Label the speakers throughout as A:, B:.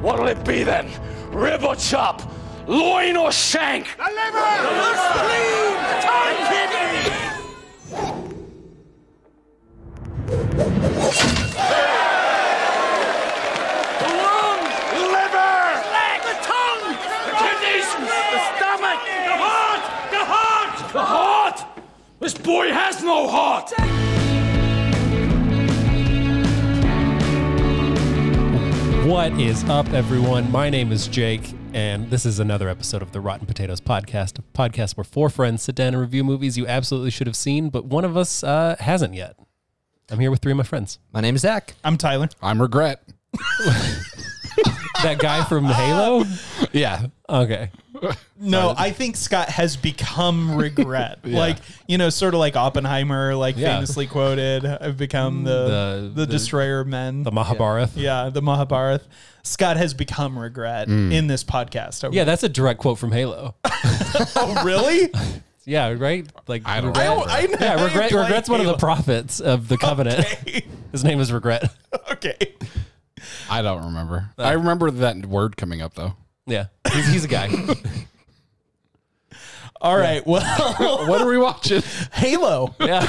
A: What'll it be then? Rib or chop? Loin or shank?
B: The liver! The loose spleen! The tongue!
A: The lung!
B: Liver!
A: The tongue! The kidneys! The stomach! The heart! The heart! The heart! This boy has no heart!
C: What is up, everyone? My name is Jake, and this is another episode of the Rotten Potatoes Podcast, a podcast where four friends sit down and review movies you absolutely should have seen, but one of us uh, hasn't yet. I'm here with three of my friends.
D: My name is Zach.
E: I'm Tyler.
F: I'm regret.
C: That guy from Halo?
F: Yeah.
C: Okay.
E: No, I think Scott has become regret. Like, you know, sort of like Oppenheimer, like
C: Yeah.
E: famously quoted, I've become the
C: The-
E: the, destroyer of men.
C: The Mahabharata. Yeah.
E: yeah, the Mahabharata. Scott has become regret in this podcast.
C: yeah, that's a direct quote from Halo.
E: oh, really?
C: Yeah, right? Like,
F: I don't
C: regret.
F: know.
E: I know
C: yeah,
E: you
C: regret,
E: play
C: regret's one of the
E: Halo.
C: prophets of the covenant. His name is Regret.
E: okay.
F: I don't remember. I remember that word coming up though.
C: Yeah, he's, he's a guy.
E: All right. Well,
F: What are we watching?
E: Halo.
C: Yeah,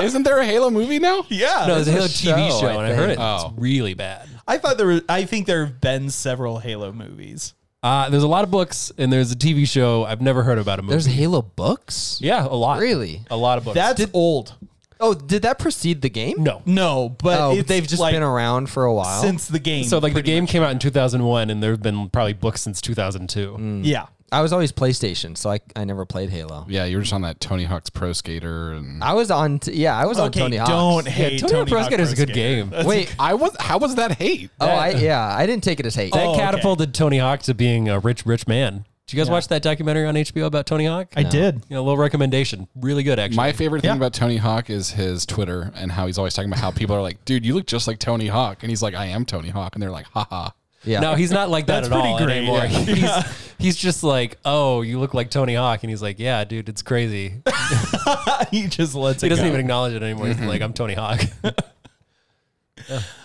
F: Isn't there a Halo movie now?
E: Yeah.
C: no, it's a Halo TV
D: show,
C: show,
D: I
C: and I heard it.
F: Oh.
C: It's really bad.
E: I thought there were I think there have been several Halo movies.
C: Uh, there's a lot of books, and there's a TV show I've never heard about a movie.
D: There's Halo books?
C: yeah, a lot.
D: Really?
C: a lot of books.
E: That's old.
D: Oh, did that precede the game?
C: no.
E: No, but
D: Oh,
E: it's
D: they've just
E: like
D: been around for a while.
E: since Oh. the game.
C: So like the game came out in 2001, and there have been probably books since 2002.
D: Mm.
E: yeah.
D: I was always PlayStation, so I, I never played Halo.
F: Yeah, you were just on that Tony Hawk's Pro Skater, and
D: I was on, t- yeah, I was on
E: okay,
D: Tony Hawk.
E: don't
C: Yeah,
E: hate
C: Tony, Hawk Pro Skater is a good game.
D: Wait,
F: I was. How was that hate?
D: oh, I, yeah, I didn't take it as hate.
C: That
E: Oh, okay.
C: catapulted Tony Hawk to being a rich, rich man. Did you guys watch that documentary on HBO about Tony Hawk?
E: I did.
C: You know, a little recommendation. Really good, actually.
F: My favorite thing
E: Yeah.
F: about Tony Hawk is his Twitter and how he's always talking about how people are like, "Dude, you look just like Tony Hawk," and he's like, "I am Tony Hawk," and they're like, "Haha."
D: yeah.
C: No, he's not like that
E: That's
C: at all
E: pretty great.
C: anymore.
E: Yeah.
C: He's, he's just like, oh, you look like Tony Hawk, and he's like, yeah, dude, it's crazy.
E: he just lets
C: He
E: it
C: doesn't
E: go.
C: even acknowledge it anymore.
D: Mm-hmm.
C: He's like, I'm Tony Hawk.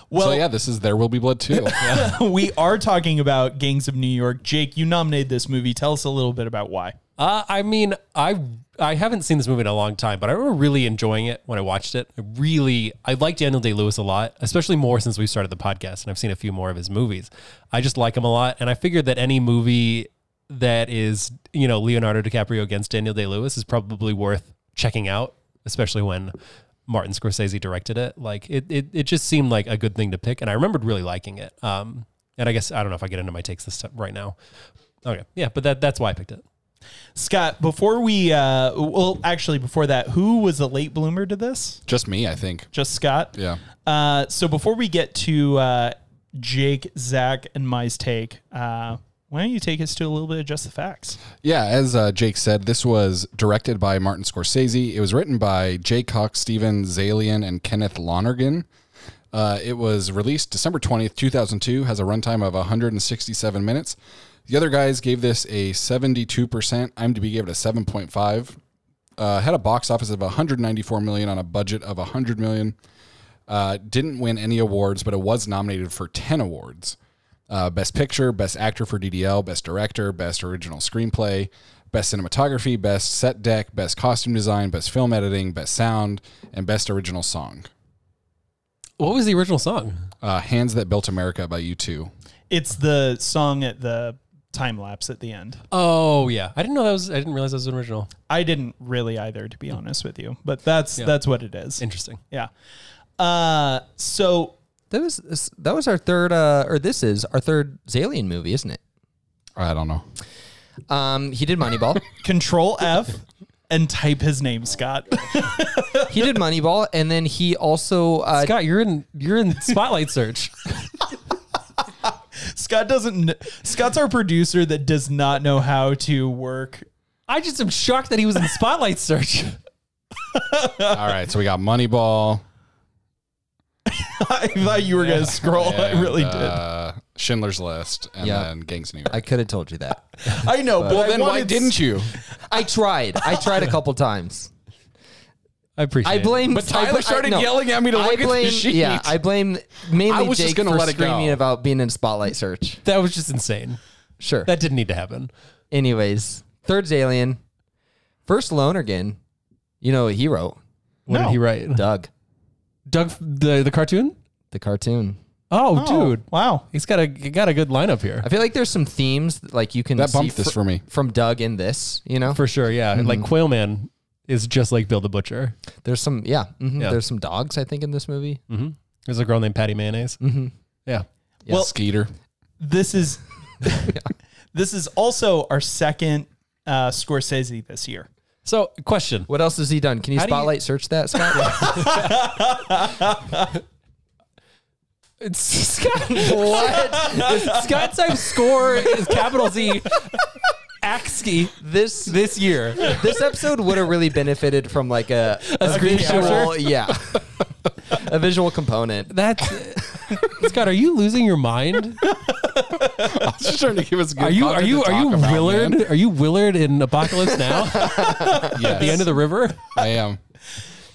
E: well,
F: so yeah, this is There Will Be Blood too.
E: we are talking about Gangs of New York. Jake, you nominated this movie. Tell us a little bit about why.
C: Uh, I mean, I I haven't seen this movie in a long time, but I remember really enjoying it when I watched it. I really, I like Daniel Day Lewis a lot, especially more since we started the podcast, and I've seen a few more of his movies. I just like him a lot, and I figured that any movie that is you know Leonardo DiCaprio against Daniel Day Lewis is probably worth checking out, especially when Martin Scorsese directed it. Like it, it, it just seemed like a good thing to pick, and I remembered really liking it. Um, and I guess I don't know if I get into my takes this time right now. Okay, yeah, but that that's why I picked it.
E: Scott, before we, uh, well, actually, before that, who was the late bloomer to this?
F: just me, I think.
E: Just Scott.
F: Yeah.
E: Uh, so before we get to uh, Jake, Zach, and Mai's take, uh, why don't you take us to a little bit of just the facts?
F: Yeah, as uh, Jake said, this was directed by Martin Scorsese. It was written by Jay Cox, Steven Zalian, and Kenneth Lonergan. Uh, it was released December 20th, 2002, has a runtime of 167 minutes. The other guys gave this a 72%. IMDb gave it a 7.5. Uh, had a box office of 194 million on a budget of 100 million. Uh, didn't win any awards, but it was nominated for 10 awards uh, Best Picture, Best Actor for DDL, Best Director, Best Original Screenplay, Best Cinematography, Best Set Deck, Best Costume Design, Best Film Editing, Best Sound, and Best Original Song.
C: What was the original song?
F: Uh, Hands That Built America by U2.
E: It's the song at the time lapse at the end.
C: Oh yeah, I didn't know that was. I didn't realize that was an original.
E: I didn't really either, to
F: Hmm.
E: be honest with you, but that's that's what it is.
C: Interesting.
E: Yeah. Uh, so
D: that was that was our third, uh, or this is our third Zalian movie, isn't it?
F: I don't know.
D: Um, he did Moneyball.
E: Control F and type his name, Scott.
D: he did Moneyball, and then he also uh,
C: Scott, you're in. You're in spotlight search.
E: Scott doesn't. kn- Scott's our producer that does not know how to work.
C: I just am shocked that he was in spotlight search.
F: All right, so we got Moneyball.
E: I thought you were gonna scroll. I
F: and,
E: really
F: uh, Schindler's List and
D: Yeah.
F: then Gangs of New York.
D: I could have told you that.
E: did. I know, but
F: well,
E: I
F: then why
E: wanted-
F: didn't you?
D: I tried. I tried a couple times.
C: I appreciate.
D: I blame.
F: But Tyler
D: I bl- I-
F: started yelling at me to
D: I
F: look at the
D: blame,
F: sheet.
D: Yeah, I blame mainly
F: I was
D: Jake
F: just gonna
D: for
F: let it go.
D: screaming about being in spotlight search.
C: it. That was just insane.
D: Sure.
C: That didn't need to happen.
D: Anyways, third's alien, first Lonergan. You know what he wrote?
C: What
E: No.
C: did he write?
D: Doug,
C: Doug, the the cartoon.
D: the cartoon.
C: Oh,
E: Oh,
C: dude,
E: Wow.
C: he's got a he got a good lineup here
D: I feel like there's some themes that, like you can
F: That
D: see
F: bumped this
D: fr-
F: for me.
D: from Doug in this. You know,
C: for sure. Yeah, like Quailman is just like Bill the Butcher.
D: there's some yeah, mhm,
C: Yeah.
D: There's some dogs I think in this movie.
C: There's a girl named Patty Mayonnaise. Mm-hmm. Yeah,
F: Well, Skeeter.
E: This is this is also our second uh, Scorsese this year.
C: So, question:
D: What else has he done? Can you
C: How do you-
D: spotlight search that, Scott?
C: It's Scott, what? Scott's time score is capital Z. Axkey
D: this
C: this year.
D: this episode would have really benefited from like a a, visual, yeah, a visual component.
C: That's Scott. Are you losing your mind?
F: Just trying to give us. Good
C: Are you are
F: content
C: you
F: to
C: are you
F: talk about,
C: Willard?
F: man.
C: Are you Willard in Apocalypse Now?
F: Yes,
C: the end of the river.
F: I am.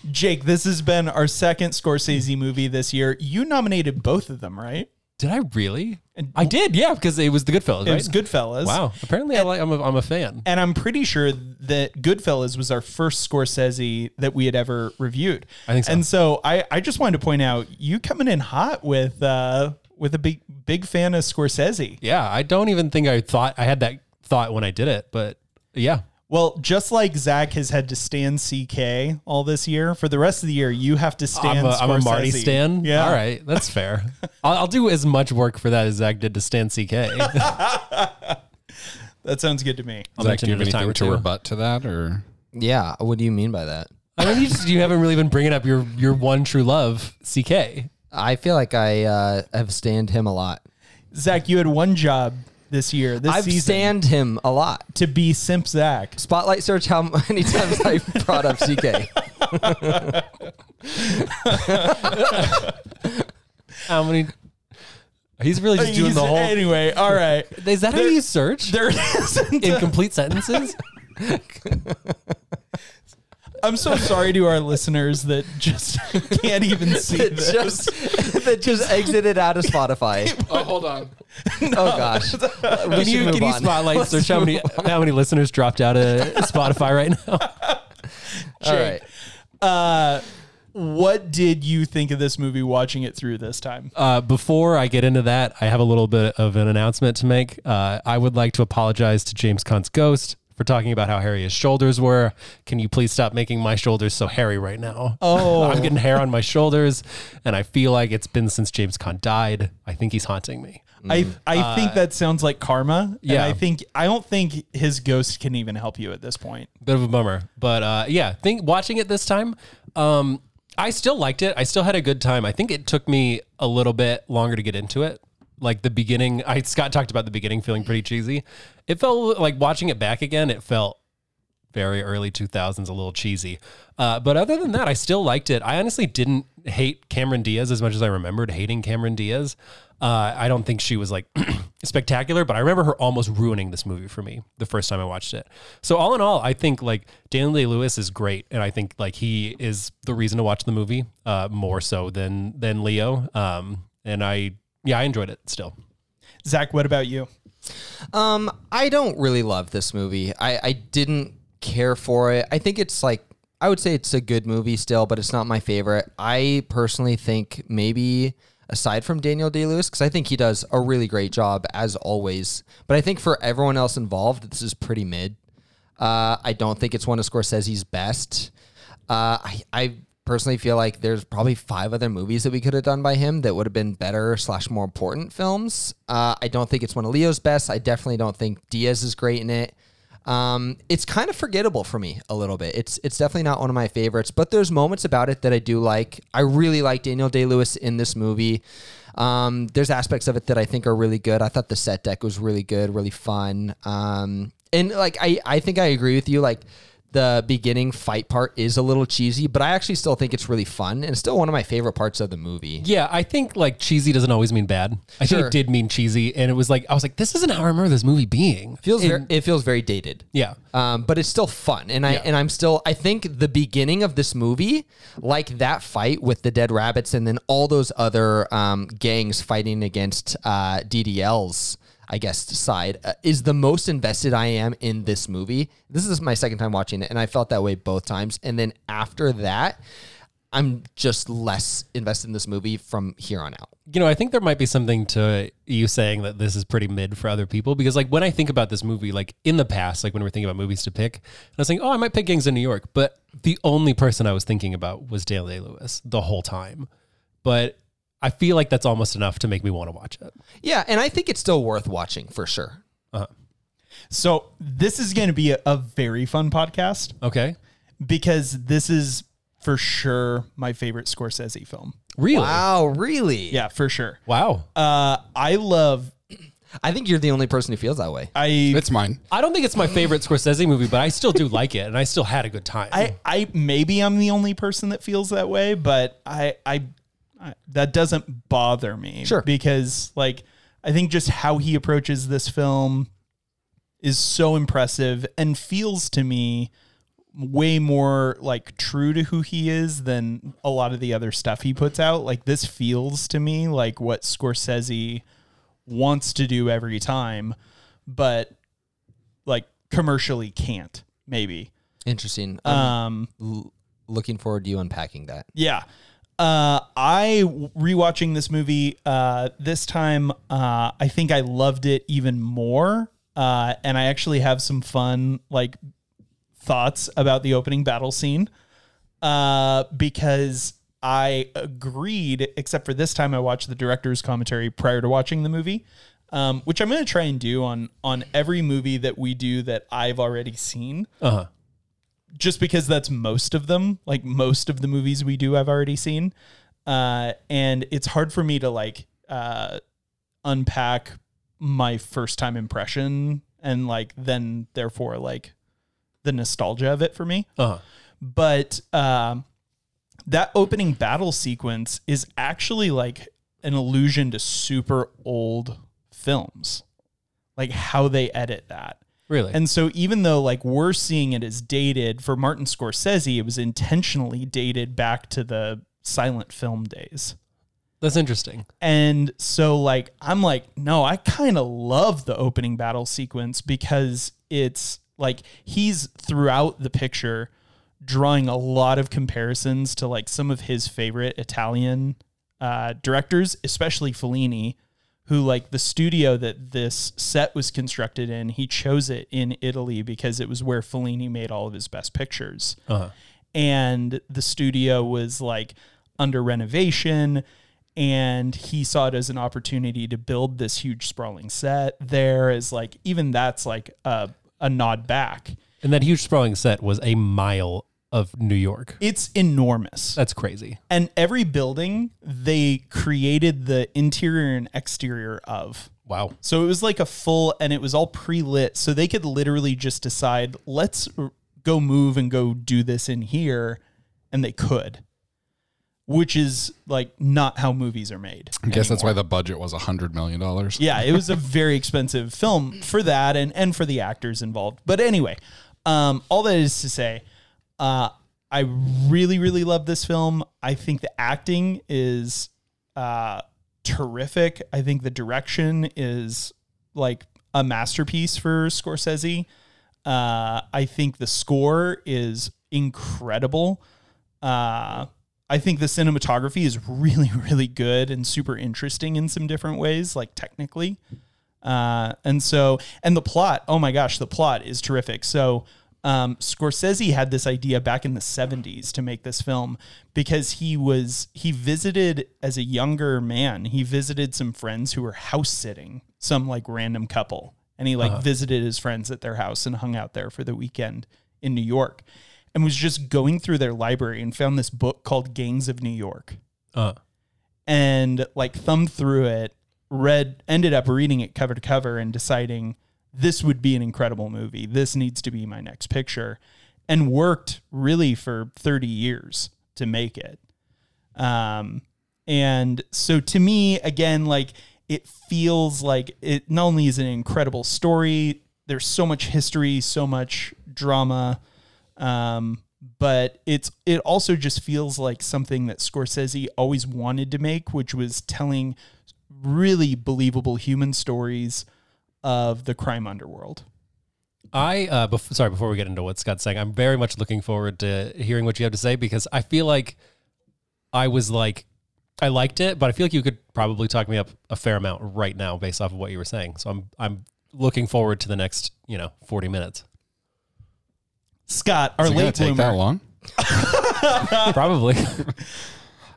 E: Jake, this has been our second Scorsese movie this year. You nominated both of them, right?
C: Did I really? I did. Yeah, because it was the Goodfellas.
E: It
C: right?
E: was Goodfellas.
C: Wow. Apparently, I like, I'm a, I'm a fan.
E: And I'm pretty sure that Goodfellas was our first Scorsese that we had ever reviewed.
C: I think so.
E: And so I, I just wanted to point out you coming in hot with uh, with a big big fan of Scorsese.
C: Yeah, I don't even think I thought I had that thought when I did it, but yeah.
E: Well, just like Zach has had to stand CK all this year, for the rest of the year you have to stand.
C: I'm a, I'm a Marty
E: Scorsese.
C: Stan.
E: Yeah.
C: All right. That's fair. I'll, I'll do as much work for that as Zach did to Stan CK. I'll
E: That sounds good to me.
F: Zach, do
C: mention
F: you
C: it
F: have
C: a time
F: anything
C: or
F: to
C: two.
F: rebut to that, or
D: Yeah, what do you mean by that?
C: I mean, you, just, you haven't really been bringing up your, your one true love, CK.
D: I feel like I uh, have stand him a lot.
E: Zach, you had one job this year, this
D: I've
E: season,
D: stand him a lot.
E: to be Simp Zach.
D: Spotlight search how many times I brought up CK.
C: How many? He's really just doing
E: He's-
C: the whole.
E: Anyway, all right.
C: Is that how you search?
E: There isn't a-
C: Incomplete sentences?
E: I'm so sorry to our listeners that just can't even see
D: That
E: this.
D: just that just exited out of Spotify.
F: oh, hold on.
D: Oh gosh. We
C: Can
D: should
C: you,
D: move
C: can you
D: on.
C: spotlight search how many, how many listeners dropped out of Spotify right now?
D: All right.
E: Uh, what did you think of this movie watching it through this time?
C: Uh, before I get into that, I have a little bit of an announcement to make. Uh, I would like to apologize to James Cunn's ghost for talking about how hairy his shoulders were. Can you please stop making my shoulders so hairy right now? Oh, I'm getting hair on my shoulders, and I feel like it's been since James Conn died. I think he's haunting me.
E: I I
D: mm.
E: think that sounds like karma.
C: yeah.
E: And I think I don't think his ghost can even help you at this point.
C: bit of a bummer but uh yeah think watching it this time um i still liked it i still had a good time i think it took me a little bit longer to get into it like the beginning i scott talked about the beginning feeling pretty cheesy it felt like watching it back again it felt very early 2000s a little cheesy uh, but other than that i still liked it i honestly didn't hate cameron diaz as much as i remembered hating cameron diaz uh, i don't think she was like spectacular but i remember her almost ruining this movie for me the first time i watched it so all in all i think like daniel day lewis is great and i think like he is the reason to watch the movie uh, more so than than leo um, and i yeah i enjoyed it still
E: Zach, what about you?
D: Um, I don't really love this movie. I, I didn't care for it. I think it's like I would say it's a good movie still, but it's not my favorite. I personally think maybe aside from Daniel Day Lewis, because I think he does a really great job as always. But I think for everyone else involved, this is pretty mid. Uh, I don't think it's one of Scorsese's best. Uh, I, I personally feel like there's probably five other movies that we could have done by him that would have been better slash more important films. Uh, I don't think it's one of Leo's best. I definitely don't think Diaz is great in it. Um, it's kind of forgettable for me a little bit. It's it's definitely not one of my favorites, but there's moments about it that I do like. I really like Daniel Day Lewis in this movie. Um, there's aspects of it that I think are really good. I thought the set deck was really good, really fun. Um, and like I, I think I agree with you. Like The beginning fight part is a little cheesy, but I actually still think it's really fun and still one of my favorite parts of the movie.
C: Yeah, I think like cheesy doesn't always mean bad. I think
D: Sure.
C: it did mean cheesy, and it was like I was like, this isn't how I remember this movie being.
D: Feels
C: And-
D: ver- it feels very dated.
C: yeah,
D: um, but it's still fun. And I and I'm still I think the beginning of this movie, like that fight with the dead rabbits, and then all those other um, gangs fighting against uh, DDL's. I guess side uh, is the most invested I am in this movie. This is my second time watching it, and I felt that way both times. And then after that, I'm just less invested in this movie from here on out.
C: you know, I think there might be something to you saying that this is pretty mid for other people because, like, when I think about this movie, like in the past, like when we we're thinking about movies to pick, and I was thinking, oh, I might pick Gangs in New York, but the only person I was thinking about was Dale Day Lewis the whole time. But I feel like that's almost enough to make me want to watch it.
D: Yeah, and I think it's still worth watching for sure.
E: So this is going to be a, a very fun podcast
C: Okay,
E: because this is for sure my favorite Scorsese film.
C: really?
D: Wow, really?
E: Yeah, for sure.
C: Wow.
E: Uh, I love.
D: I think you're the only person who feels that way.
E: I
F: It's mine.
C: I don't think it's my favorite Scorsese movie, but I still do like it, and I still had a good time.
E: I, I maybe I'm the only person that feels that way, but I, I, I that doesn't bother me.
D: Sure.
E: because like I think just how he approaches this film is so impressive and feels to me way more like true to who he is than a lot of the other stuff he puts out. Like this feels to me like what Scorsese wants to do every time, but like commercially can't maybe.
D: Interesting. Um,
E: Um,
D: l- looking forward to you unpacking that.
E: Yeah. Uh, I rewatching this movie uh, this time. Uh, I think I loved it even more, uh, and I actually have some fun like thoughts about the opening battle scene uh, because I agreed. Except for this time, I watched the director's commentary prior to watching the movie, um, which I'm going to try and do on on every movie that we do that I've already seen
C: Uh-huh.
E: just because that's most of them like most of the movies we do i've already seen uh, and it's hard for me to like uh, unpack my first time impression and like then therefore like the nostalgia of it for me
C: Uh-huh.
E: but um, that opening battle sequence is actually like an allusion to super old films like how they edit that
C: really?
E: and so even though like we're seeing it as dated for Martin Scorsese, it was intentionally dated back to the silent film days.
C: That's interesting.
E: And so like I'm like, no, I kind of love the opening battle sequence because it's like he's throughout the picture drawing a lot of comparisons to like some of his favorite Italian uh, directors, especially Fellini, who like the studio that this set was constructed in, he chose it in Italy because it was where Fellini made all of his best pictures and the studio was like under renovation and he saw it as an opportunity to build this huge sprawling set there is like even that's like a, a nod back
C: And that huge sprawling set was a mile of New York.
E: it's enormous
C: That's crazy.
E: and every building they created the interior and exterior of
C: Wow.
E: So it was like a full, and it was all pre lit. So they could literally just decide, let's r- go move and go do this in here. And they could, which is like not how movies are made.
F: I guess that's why the budget was $100 million.
E: Yeah, it was a very expensive film for that and and for the actors involved. But anyway, um, all that is to say, uh, I really really love this film. I think the acting is uh, terrific. I think the direction is like a masterpiece for Scorsese. Uh, I think the score is incredible. Uh, I think the cinematography is really, really good and super interesting in some different ways, like technically. Uh, and so, and the plot, oh my gosh, the plot is terrific. So, um, Scorsese had this idea back in the 70s to make this film because he was, he visited as a younger man, he visited some friends who were house sitting, some like random couple. And he like visited his friends at their house and hung out there for the weekend in New York and was just going through their library and found this book called Gangs of New York
C: Uh,
E: and like thumbed through it, read, ended up reading it cover to cover and deciding this would be an incredible movie. This needs to be my next picture. and worked really for 30 years to make it. Um, and so to me, again, like it feels like it not only is it an incredible story, there's so much history, so much drama, um, but it's it also just feels like something that Scorsese always wanted to make, which was telling really believable human stories of the crime underworld.
C: I uh, bef- sorry before we get into what Scott's saying, I'm very much looking forward to hearing what you have to say because I feel like I was like I liked it, but I feel like you could probably talk me up a fair amount right now based off of what you were saying. So I'm I'm looking forward to the next you know 40 minutes
E: Scott, our
F: Is it gonna
E: late
F: take that
E: bloomer.
F: long?
C: probably.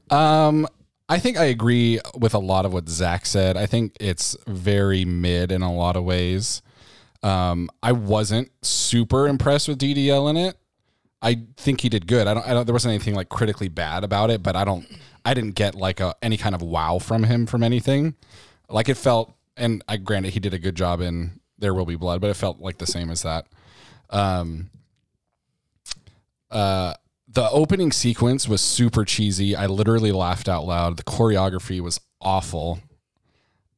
F: Um, I think I agree with a lot of what Zach said. I think it's very mid in a lot of ways. Um, I wasn't super impressed with DDL in it. I think he did good. I don't. I don't. There wasn't anything like critically bad about it, but I don't. I didn't get like a any kind of wow from him from anything. Like it felt, and I granted he did a good job in There Will Be Blood, but it felt like the same as that. Um, uh, the opening sequence was super cheesy. I literally laughed out loud. The choreography was awful.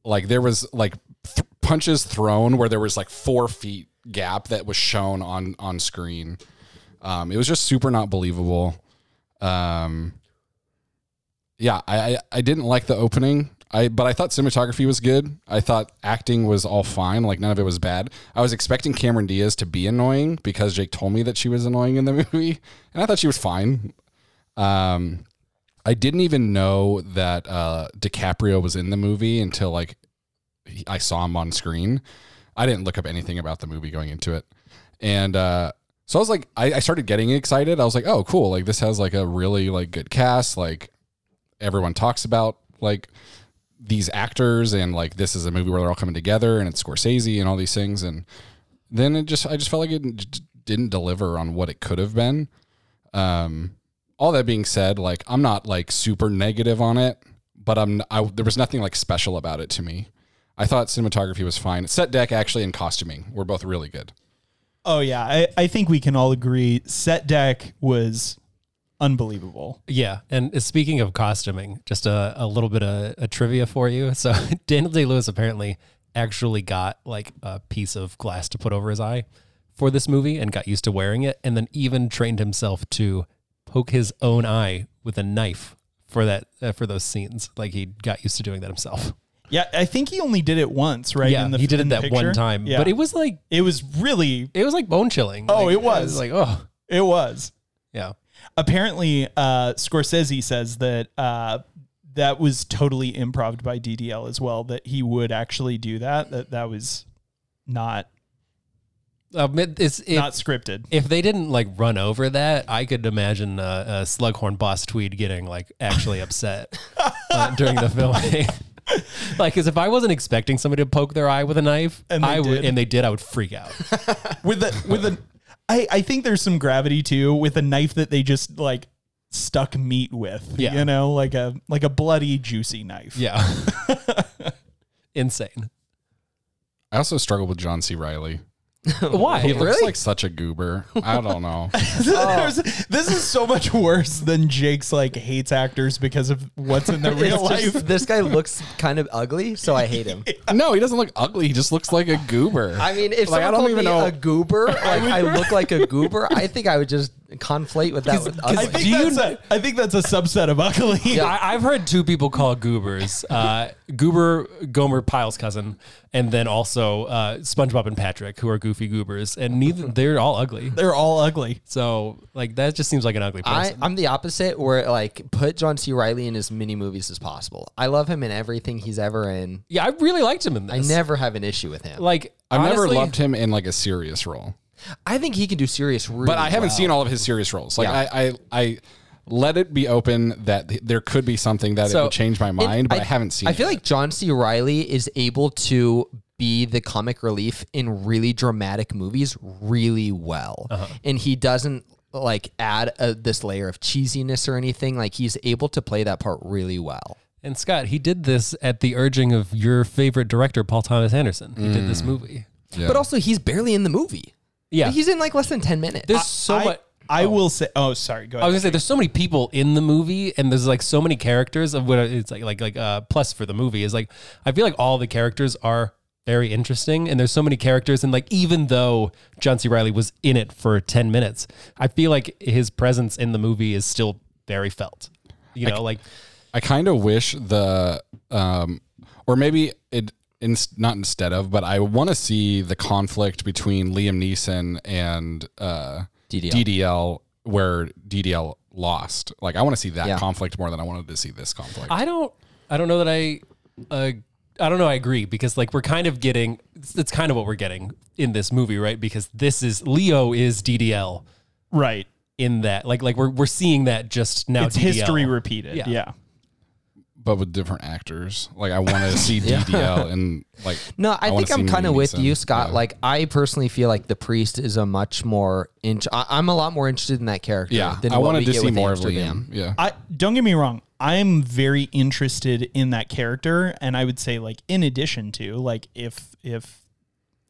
F: Like there was like th- punches thrown where there was like four feet gap that was shown on on screen. Um, it was just super not believable. Um, yeah, I, I I didn't like the opening. I but I thought cinematography was good. I thought acting was all fine. Like none of it was bad. I was expecting Cameron Diaz to be annoying because Jake told me that she was annoying in the movie, and I thought she was fine. Um, I didn't even know that uh, DiCaprio was in the movie until like he- I saw him on screen. I didn't look up anything about the movie going into it, and uh, so I was like, I, I started getting excited. I was like, oh, cool! Like this has like a really like good cast. Like everyone talks about like these actors and like this is a movie where they're all coming together and it's Scorsese and all these things and then it just I just felt like it d- didn't deliver on what it could have been. Um, all that being said, like I'm not like super negative on it, but I'm I, there was nothing like special about it to me. I thought cinematography was fine. Set deck actually and costuming were both really good.
E: Oh yeah, I, I think we can all agree set deck was unbelievable.
C: Yeah, and speaking of costuming, just a, a little bit of a trivia for you. So Daniel Day Lewis apparently actually got like a piece of glass to put over his eye for this movie and got used to wearing it, and then even trained himself to poke his own eye with a knife for that uh, for those scenes. Like he got used to doing that himself.
E: Yeah, I think he only did it once, right?
C: yeah, he did it
E: in the
C: that
E: picture?
C: one time,
E: Yeah.
C: but it was like
E: it was really
C: it was like bone chilling.
E: Oh,
C: Like,
E: it was.
C: I like oh
E: it was.
C: yeah.
E: Apparently, uh, Scorsese says that uh, that was totally improv by DDL as well. That he would actually do that. That that was not
C: Um, it- it's it,
E: not scripted.
C: if they didn't like run over that, I could imagine uh, a Slughorn Boss Tweed getting like actually upset uh, during the filming. like, because if I wasn't expecting somebody to poke their eye with a knife,
E: And they
C: I would,
E: did.
C: and they did, I would freak out.
E: with the with the I, I think there's some gravity too with a knife that they just like stuck meat with.
C: Yeah.
E: You know, like a like a bloody juicy knife.
C: yeah, insane.
F: I also struggled with John C. Riley.
C: Why?
D: Oh,
F: He looks like such a goober. I don't know.
E: There's- this is so much worse than Jake's like hates actors because of what's in their real life.
D: this guy looks kind of ugly, so I hate him.
F: no, he doesn't look ugly. He just looks like a goober.
D: I mean, if
F: Like,
D: someone
F: I don't
D: called
F: even
D: me
F: know-
D: a goober, like I look like a goober, I think I would just conflate with that. With
E: I
D: ugly.
E: think
C: Do you-
E: that's a I think that's a subset of ugly.
C: I, I've heard two people call goobers uh, Goober Gomer Pyle's cousin, and then also uh, SpongeBob and Patrick, who are goofy goobers, and neither they're all ugly.
E: They're all ugly.
C: So like that just seems like an ugly
D: I,
C: person.
D: I'm the opposite, where like put John C. Riley in as many movies as possible. I love him in everything he's ever in.
C: yeah, I really liked him in
D: I
C: this.
D: never have an issue with him.
C: like
F: I've never
C: honestly-
F: loved him in like a serious role,
D: I think he can do serious. Really
F: but I haven't
D: well.
F: seen all of his serious roles. Like
D: Yeah.
F: I, I, I let it be open that th- there could be something that it
C: So,
F: would change my
D: And
F: mind, but I, haven't seen.
D: I feel
F: it.
D: like John C. Riley is able to be the comic relief in really dramatic movies really well,
F: Uh-huh.
D: and he doesn't like add a, this layer of cheesiness or anything. Like he's able to play that part really well.
C: And Scott, he did this at the urging of your favorite director, Paul Thomas Anderson. He did this movie.
D: But also, he's barely in the movie.
C: Yeah.
D: He's in like less than 10 minutes. Uh,
C: there's so
E: I,
C: much.
E: I will say. Oh, sorry. Go
C: I was
E: ahead.
C: gonna say there's so many people in the movie, and there's like so many characters of what it's like, like like uh, plus for the movie is like I feel like all the characters are very interesting, and there's so many characters, and like even though John C. Riley was in it for ten minutes, I feel like his presence in the movie is still very felt. You know, like
F: I kind of wish the, um, or maybe it, in, not instead of, but I want to see the conflict between Liam Neeson and uh,
D: DDL.
F: DDL, where DDL lost. Like, I want to see that
D: Yeah.
F: conflict more than I wanted to see this conflict.
C: I don't I don't know that I uh, I don't know I agree because like we're kind of getting it's, it's kind of what we're getting in this movie, right? Because this is Leo is DDL
E: right.
C: in that like like we're we're seeing that just now
E: It's
C: DDL.
E: history repeated.
C: Yeah.
E: Yeah.
F: but with different actors. Like I want to see DDL and like.
D: No, I,
F: wanna
D: think I'm
F: see
D: kind of
F: Liam
D: with
F: Neeson.
D: you, Scott.
F: Yeah.
D: Like, I personally feel like the priest is a much more. In- I- I'm a lot more interested in that character.
F: yeah,
D: than
F: I
D: what
F: wanted
D: we
F: to
D: get
F: see
D: with
F: more
D: Amsterdam.
F: of Liam. Yeah,
E: I don't get me wrong. I'm very interested in that character, and I would say like in addition to like if if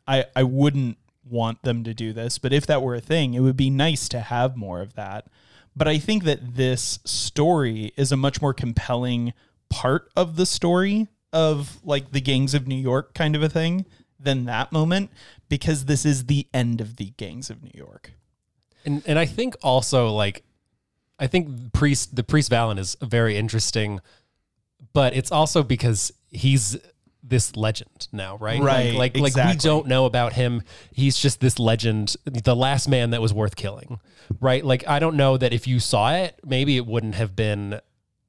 E: I I wouldn't want them to do this, but if that were a thing, it would be nice to have more of that. But I think that this story is a much more compelling part of the story of like the gangs of New York kind of a thing than that moment because this is the end of the gangs of New York.
C: And and I think also like I think priest the priest Valen is very interesting, but it's also because he's this legend now, right?
E: Right,
C: Like like, like we
E: exactly.
C: don't know about him. He's just this legend, the last man that was worth killing. Right? Like I don't know that if you saw it, maybe it wouldn't have been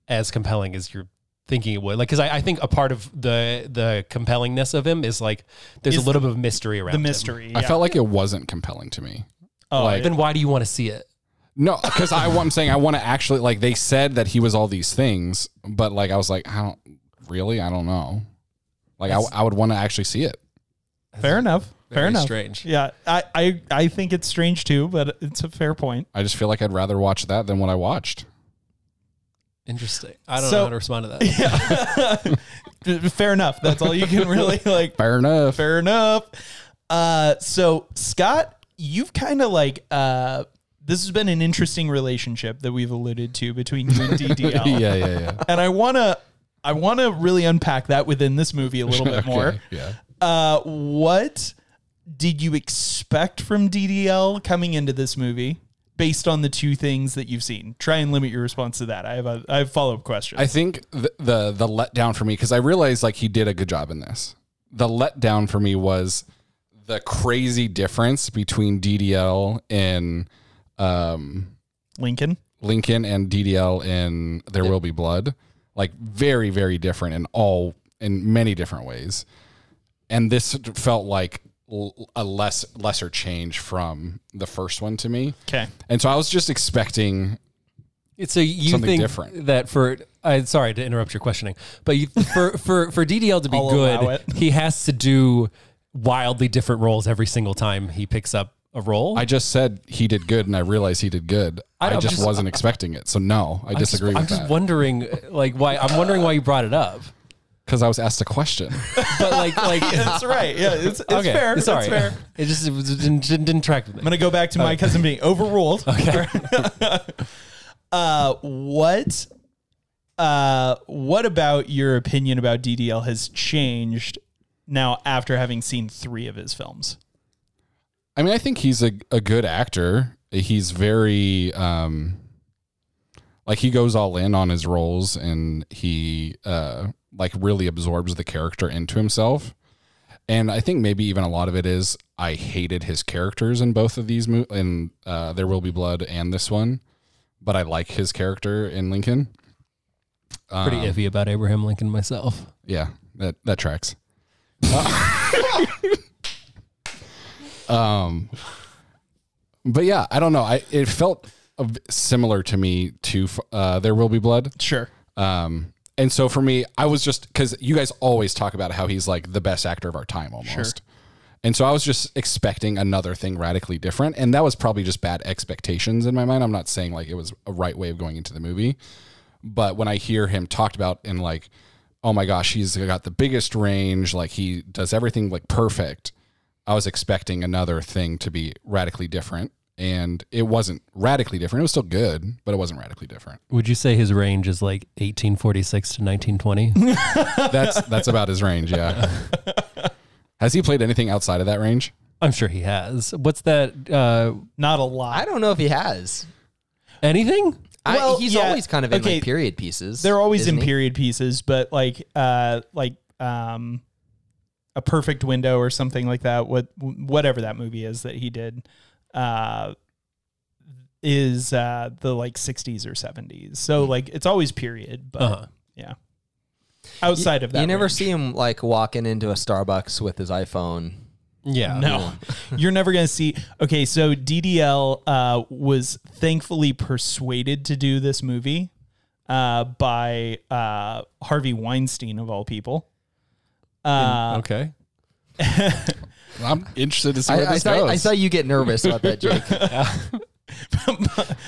C: as compelling as you're thinking it would. Like because I, I think a part of the the compellingness of him is like there's
E: Is
C: a little bit of mystery around
E: The
C: him.
E: mystery.
F: I
E: yeah.
F: felt like it wasn't compelling to me.
E: oh,
F: like-
C: Then why do you want to see it?
F: No, because I am saying I want to actually like they said that he was all these things, but like I was like I don't really I don't know. Like I, I would want to actually see it.
E: Fair enough. Fair
C: Very
E: enough.
C: strange.
E: Yeah, I, I I think it's strange too, but it's a fair point.
F: I just feel like I'd rather watch that than what I watched.
C: Interesting. I don't know
E: So-
C: how to respond to that.
E: Fair enough. That's all you can really like.
F: Fair enough.
E: Fair enough. Uh, so Scott, you've kind of like uh, this has been an interesting relationship that we've alluded to between you and DDL.
F: Yeah, yeah, yeah.
E: and I wanna I wanna really unpack that within this movie a little bit
F: Okay,
E: more.
F: Yeah.
E: Uh, what did you expect from DDL coming into this movie? Based on the two things that you've seen, try and limit your response to that. I have a I have follow up questions.
F: I think the the, the letdown for me because I realized like he did a good job in this. The letdown for me was the crazy difference between DDL in um,
E: Lincoln.
F: Lincoln and DDL in There Will Be Blood, like very very different in all in many different ways, and this felt like l- a less lesser change from the first one to me.
E: Okay.
F: And so I was just expecting
C: So you
F: Something
C: think
F: different.
C: that for I sorry to interrupt your questioning, but you, for for for DDL to be
E: I'll allow
C: good,
E: it.
C: he has to do wildly different roles every single time he picks up a role.
F: I just said he did good, and I realized he did good.
C: I
F: I,
C: don't-
F: just
C: I'm just-
F: wasn't expecting it. So no, I disagree
C: I'm
F: with
C: just
F: that
C: wondering, like, why I'm wondering why you brought it up.
F: because I was asked a question.
C: But like, like,
E: That's right. Yeah, it's, it's
C: okay,
E: fair.
C: sorry,
E: That's fair. I'm
C: it just it was- it didn't, didn't, didn't track with me.
E: gonna go back to my cousin being overruled. Okay. uh, what? Uh, what about your opinion about DDL has changed now after having seen three of his films?
F: I mean, I think he's a, a good actor. He's very um, like he goes all in on his roles, and he uh, like really absorbs the character into himself. And I think maybe even a lot of it is I hated his characters in both of these movies, in uh, There Will Be Blood and this one, but I like his character in Lincoln.
C: Pretty iffy about Abraham Lincoln myself.
F: Yeah, that that tracks. Uh, um, but yeah, I don't know. I it felt a v- similar to me to uh, There Will Be Blood.
E: Sure.
F: Um, and so for me, I was just because you guys always talk about how he's like the best actor of our time almost. And so I was just expecting another thing radically different. And that was probably just bad expectations in my mind. I'm not saying like it was a right way of going into the movie. But when I hear him talked about in like, oh my gosh, he's got the biggest range, like he does everything like perfect. I was expecting another thing to be radically different, and it wasn't radically different. It was still good, but it wasn't radically different.
C: Would you say his range is like 1846 to 1920?
F: That's that's about his range. Yeah. Has he played anything outside of that range?
C: I'm sure he has. What's that? Uh,
E: Not a
D: I
E: lot.
D: don't know if he has.
C: anything?
E: Well,
D: I, he's
E: yeah.
D: always kind of in
E: Okay.
D: like period pieces.
E: They're always
D: isn't
E: in
D: he?
E: period pieces, but like uh like um a perfect window or something like that. What whatever that movie is that he did uh is uh the like 60s or 70s.
D: Hmm.
E: So like it's always period, but
C: Uh-huh.
E: yeah. Outside of that.
D: You never
E: range.
D: see him like walking into a Starbucks with his iPhone.
C: Yeah.
E: No, you're never going to see. Okay, so DDL uh, was thankfully persuaded to do this movie uh, by uh, Harvey Weinstein, of all people. Uh,
C: okay.
F: I'm interested to see where
D: I, I,
F: this
D: saw,
F: goes.
D: I saw you get nervous about that, Jake.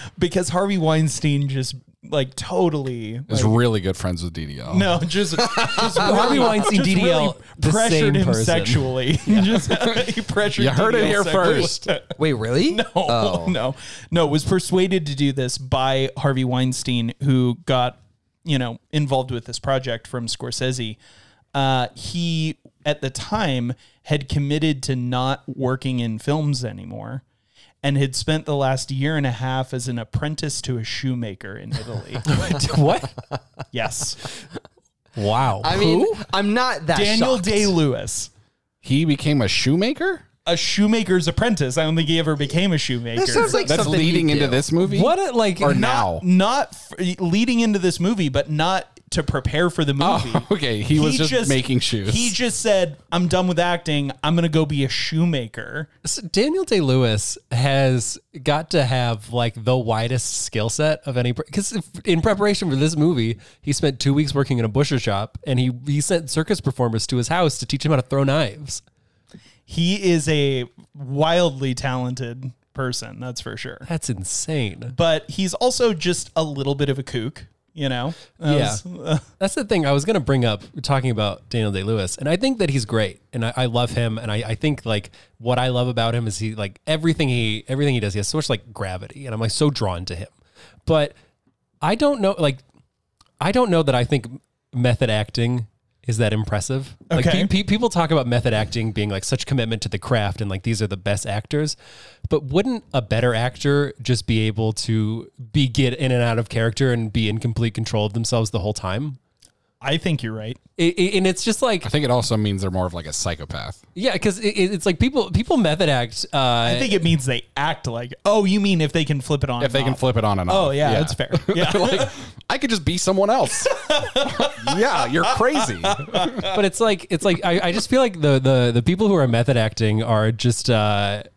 E: because Harvey Weinstein just like totally.
F: is
E: like,
F: really good friends with DDL.
E: no, just, just
C: Harvey Weinstein,
E: just really
C: DDL, the
E: pressured
C: same
E: him
C: person.
E: sexually. He just he pressured.
F: You heard it
E: DDL
F: here
E: sexually.
F: first.
D: Wait, really?
E: No, Oh,
D: Oh.
E: no, no. Was persuaded to do this by Harvey Weinstein, who got you know involved with this project from Scorsese. Uh, he at the time had committed to not working in films anymore, and had spent the last year and a half as an apprentice to a shoemaker in Italy.
C: what?
E: yes,
C: Wow.
D: I mean, I'm not that
E: Daniel
D: shocked.
E: Day Lewis.
F: He became a shoemaker.
E: A shoemaker's apprentice. I don't think he ever became a shoemaker.
D: That sounds like
F: That's
D: something he'd
F: leading into
D: do.
F: this movie.
C: what a, like
F: or
C: not-
F: now?
E: not f- leading into this movie, but not to prepare for the movie.
F: Oh, okay. He was just making shoes.
E: He just said, "I'm done with acting. I'm gonna go be a shoemaker."
C: So Daniel Day Lewis has got to have like the widest skill set of any because in preparation for this movie, he spent two weeks working in a butcher shop and he he sent circus performers to his house to teach him how to throw knives.
E: He is a wildly talented person, that's for sure.
C: That's insane.
E: But he's also just a little bit of a kook, you know. That
C: Yeah.
E: was- uh,
C: That's the thing I was going to bring up talking about Daniel Day Lewis, and I think that he's great, and I, I love him, and I, I think like what I love about him is he like everything he everything he does he has so much like gravity, and I'm like so drawn to him, but I don't know like I don't know that I think method acting is that impressive. Like
E: Okay.
C: pe- pe- people talk about method acting being like such commitment to the craft and like these are the best actors, but wouldn't a better actor just be able to be get in and out of character and be in complete control of themselves the whole time?
E: I think you're right.
C: It, it- and it's just like
F: I think it also means they're more of like a psychopath.
C: yeah, because it, it- it's like people people method act. Uh,
E: I think it means they act like. Oh, you mean if they can flip it on?
F: Eh, If they
E: and
F: can
E: off.
F: flip it on and off.
E: Oh yeah, that's fair. Yeah.
F: like I could just be someone else. yeah, you're crazy.
C: but it's like it's like I, I just feel like the the the people who are method acting are just uh i-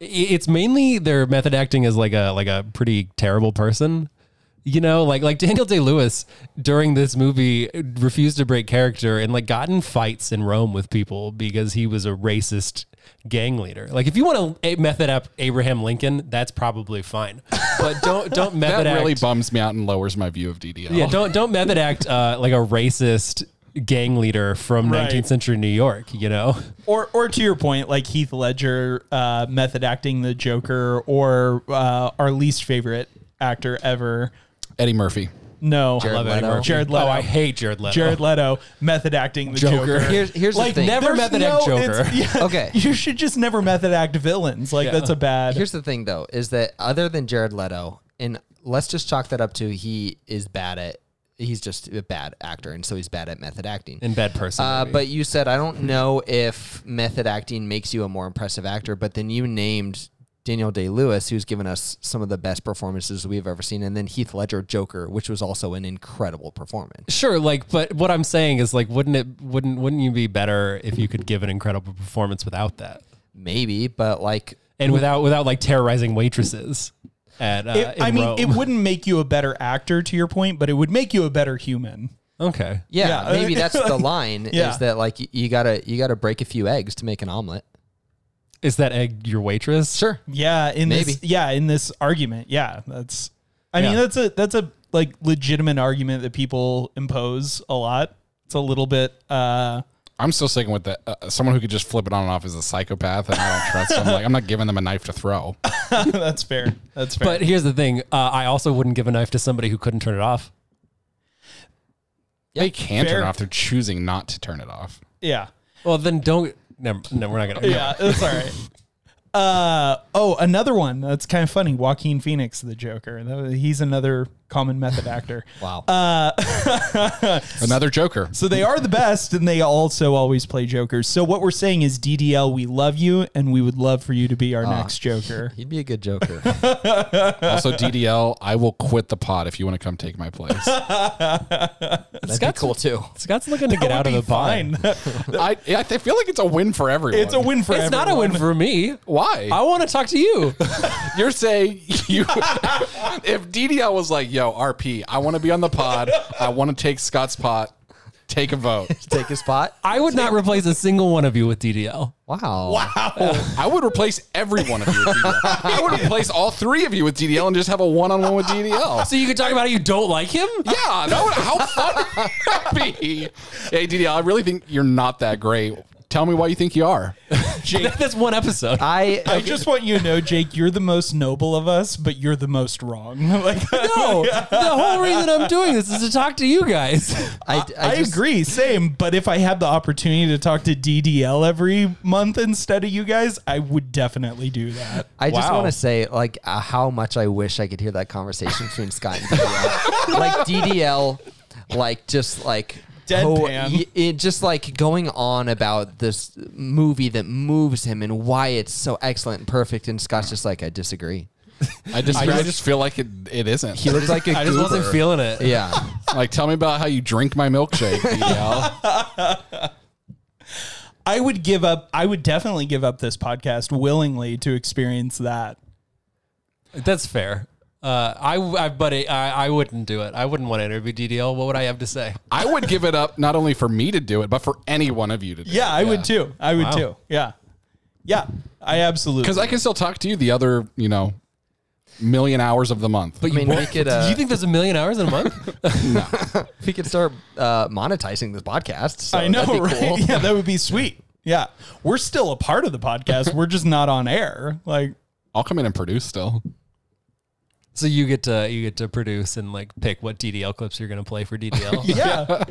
C: it's mainly their method acting as like a like a pretty terrible person you know like like daniel day lewis during this movie refused to break character and like got in fights in rome with people because he was a racist gang leader like if you want to method up abraham lincoln that's probably fine but don't don't
F: That
C: method
F: really
C: act
F: bums me out and lowers my view of DDL.
C: yeah, don't don't method act uh, like a racist gang leader from
E: Right.
C: 19th century New York. You know,
E: Or, or to your point, like Heath Ledger uh, method acting the Joker, or uh, our least favorite actor ever.
F: Eddie Murphy.
E: No,
D: Jared
E: Eddie
D: Leto.
E: Murphy. Jared Leto.
C: Oh, I hate Jared Leto.
E: Jared Leto method acting the Joker.
C: Joker.
D: Here's here's
E: like
D: the thing.
C: never- method act Joker.
E: it's- yeah,
D: Okay.
E: you should just never method act villains. Like that's a bad.
D: Here's the thing though, is that other than Jared Leto, and let's just chalk that up to he is bad at he's just a bad actor, and so he's bad at method acting.
C: in bad person.
D: Uh,
C: maybe.
D: but you said I don't know if method acting makes you a more impressive actor, but then you named Daniel Day Lewis, who's given us some of the best performances we've ever seen, and then Heath Ledger Joker, which was also an incredible performance.
C: sure, like, but what I'm saying is, like, wouldn't it wouldn't wouldn't you be better if you could give an incredible performance without that
D: Maybe, but like
C: and without without like terrorizing waitresses at uh,
E: It-
C: in
E: I mean,
C: Rome.
E: it wouldn't make you a better actor to your point, but it would make you a better human.
C: okay.
D: yeah,
E: Yeah.
D: maybe that's the line
E: Yeah.
D: is that like you, you gotta you gotta break a few eggs to make an omelet.
C: Is that egg your waitress? Sure.
E: Yeah, in this
D: Maybe.
E: yeah, in this argument. Yeah, that's I mean,
C: Yeah.
E: that's a that's a like legitimate argument that people impose a lot. It's a little bit uh
F: I'm still sticking with that. Uh, someone who could just flip it on and off is a psychopath, and I don't trust them. Like, I'm not giving them a knife to throw.
E: That's fair. That's fair.
C: But here's the thing: uh, I also wouldn't give a knife to somebody who couldn't turn it off.
F: they can
E: fair.
F: turn it off. They're choosing not to turn it off.
E: yeah.
C: Well, then don't. Never, no, we're not gonna.
E: Yeah, that's all right. Uh, oh, another one that's kind of funny. Joaquin Phoenix, the Joker. That was- He's another common method actor.
D: Wow.
F: Another Joker.
E: So they are the best, and they also always play Jokers. So what we're saying is, DDL, we love you, and we would love for you to be our
C: Ah.
E: next Joker.
D: He'd be a good Joker.
F: Also, DDL, I will quit the pod if you want to come take my place.
D: That'd be cool too.
C: Scott's looking to get out of the
E: Fine.
C: bind.
F: I, I feel like it's a win for everyone.
E: it's a win for
C: It's not a
E: everyone.
C: win for me.
F: Why?
C: I want to talk to you.
F: You're saying you if DDL was like, yo, RP, I want to be on the pod. I want to take Scott's pot. Take a vote.
D: Take his spot.
C: I would not replace a single one of you with DDL.
D: Wow.
F: I would replace every one of you with DDL. I would replace all three of you with DDL and just have a one on one with DDL.
C: So you could talk about how you don't like him.
F: Yeah, that would how fun would that be. Hey DDL, I really think you're not that great. Tell me why you think you are.
C: That's one episode.
D: I
E: I just want you to know, Jake, you're the most noble of us, but you're the most wrong. like,
C: No, the whole reason I'm doing this is to talk to you guys.
D: I, I,
E: I
D: just-
E: agree, same. But if I had the opportunity to talk to DDL every month instead of you guys, I would definitely do that.
D: I just
C: Wow.
D: want to say, like, uh, how much I wish I could hear that conversation between Scott and DDL. like DDL, like just like
E: Deadpan.
D: y- it just like going on about this movie that moves him and why it's so excellent and perfect. And Scott's just like, I disagree.
F: I just I just, feel like it, it isn't.
D: He looks like a
C: I just wasn't
D: goober.
C: feeling it.
D: Yeah,
F: like tell me about how you drink my milkshake, DDL.
E: I would give up. I would definitely give up this podcast willingly to experience that.
C: That's fair. Uh, I, I, but it, I, I wouldn't do it. I wouldn't want to interview DDL. What would I have to say?
F: I would give it up not only for me to do it, but for any one of you to do it.
E: Yeah, I would too. I would
C: Wow.
E: too. Yeah, yeah. I absolutely.
F: Because I can still talk to you the other, you know, million hours of the month.
D: I mean, we could uh,
C: Do you think there's a million hours in a month?
D: we could start uh, monetizing this podcast. So
E: I know,
D: that'd be
E: right?
D: cool.
E: Yeah, that would be sweet. Yeah, we're still a part of the podcast. We're just not on air. Like,
F: I'll come in and produce still.
C: so you get to you get to produce and like pick what DDL clips you're gonna play for DDL.
E: yeah,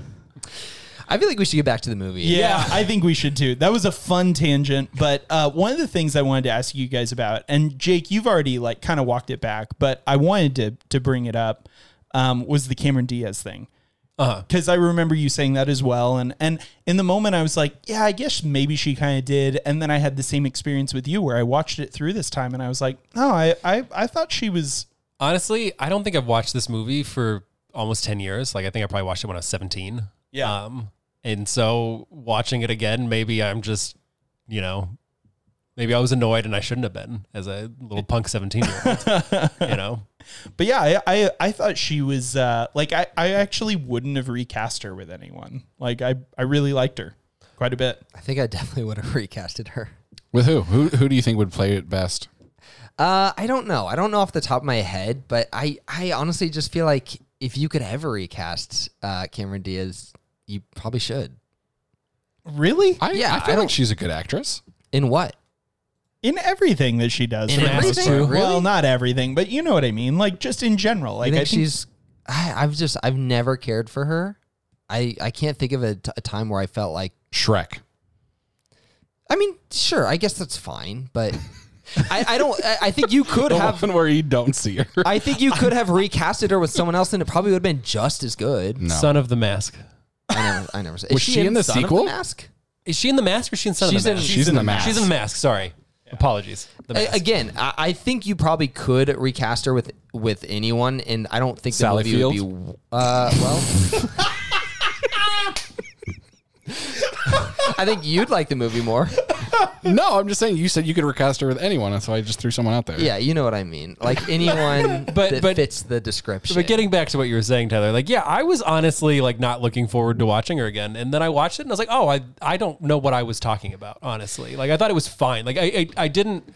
D: I feel like we should get back to the movie.
E: Yeah, I think we should too. That was a fun tangent, but uh, one of the things I wanted to ask you guys about, and Jake, you've already like kind of walked it back, but I wanted to to bring it up, um, was the Cameron Diaz thing, because I remember you saying that as well, and and in the moment I was like, yeah, I guess maybe she kind of did, and then I had the same experience with you where I watched it through this time, and I was like, no, I I, I thought she was
C: Honestly, I don't think I've watched this movie for almost ten years. Like I think I probably watched it when I was seventeen.
E: Yeah.
C: Um, and so watching it again, maybe I'm just, you know, maybe I was annoyed and I shouldn't have been as a little punk seventeen year old. you know.
E: But yeah, I I, I thought she was uh, like I, I actually wouldn't have recast her with anyone. Like I I really liked her quite a bit.
D: I think I definitely would have recasted her.
F: With who? Who who do you think would play it best?
D: Uh, I don't know. I don't know off the top of my head, but I, I honestly just feel like if you could ever recast uh, Cameron Diaz, you probably should.
E: Really?
F: I,
D: Yeah,
F: I
D: I
F: feel
D: don't-
F: like she's a good actress.
D: In what?
E: In everything that she does.
D: In
E: right?
D: everything? Really?
E: Well, not everything, but you know what I mean. Like just in general.
D: I
E: Like
D: think,
E: I think
D: she's. I, I've just. I've never cared for her. I, I can't think of a, t- a time where I felt like.
F: Shrek.
D: I mean, sure. I guess that's fine, but I, I don't. I, I think you could
F: The
D: have.
F: one where you don't see her.
D: I think you could have recasted her with someone else, and it probably would have been just as good.
F: No.
C: Son of the Mask.
D: I never. I never. Is
F: Was she in the
D: Son of
F: sequel?
D: Mask?
C: Is she in the mask or is she in Son
D: She's
C: of the
D: in-
C: Mask?
F: she's in the mask.
C: She's in the mask. Sorry. Apologies. The
D: A-
C: mask.
D: Again, I, I think you probably could recast her with with anyone, and I don't think
F: Sally
D: the movie would be. Uh, well, I think you'd like the movie more.
F: no, I'm just saying you said you could recast her with anyone, so I just threw someone out there.
D: Yeah, you know what I mean. Like anyone
C: But-
D: that
C: but-
D: fits the description.
C: But getting back to what you were saying, Tyler, like, yeah, I was honestly like not looking forward to watching her again, and then I watched it and I was like, oh, I I don't know what I was talking about, honestly. Like, I thought it was fine. Like, I I, I didn't,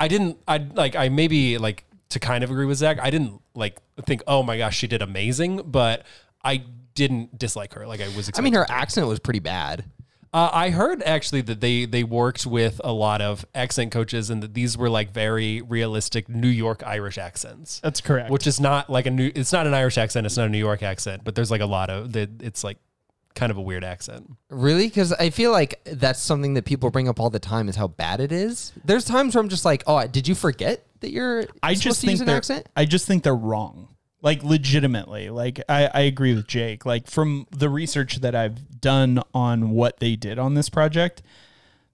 C: I didn't, I like, I maybe like to kind of agree with Zach. I didn't like think, oh my gosh, she did amazing, but I didn't dislike her. Like, I was.
D: I
C: Expecting.
D: mean, her accent was pretty bad.
C: Uh, I heard actually that they they worked with a lot of accent coaches, and that these were like very realistic New York Irish accents.
E: That's correct.
C: Which is not like a new. It's not an Irish accent. It's not a New York accent. But there's like a lot of that. It's like kind of a weird accent.
D: Really? Because I feel like that's something that people bring up all the time is how bad it is. There's times where I'm just like, oh, did you forget that you're
E: I
D: supposed
E: just
D: to use
E: think
D: an
E: they're.
D: accent?
E: I just think they're wrong. Like legitimately. Like I, I agree with Jake. Like from the research that I've done on what they did on this project,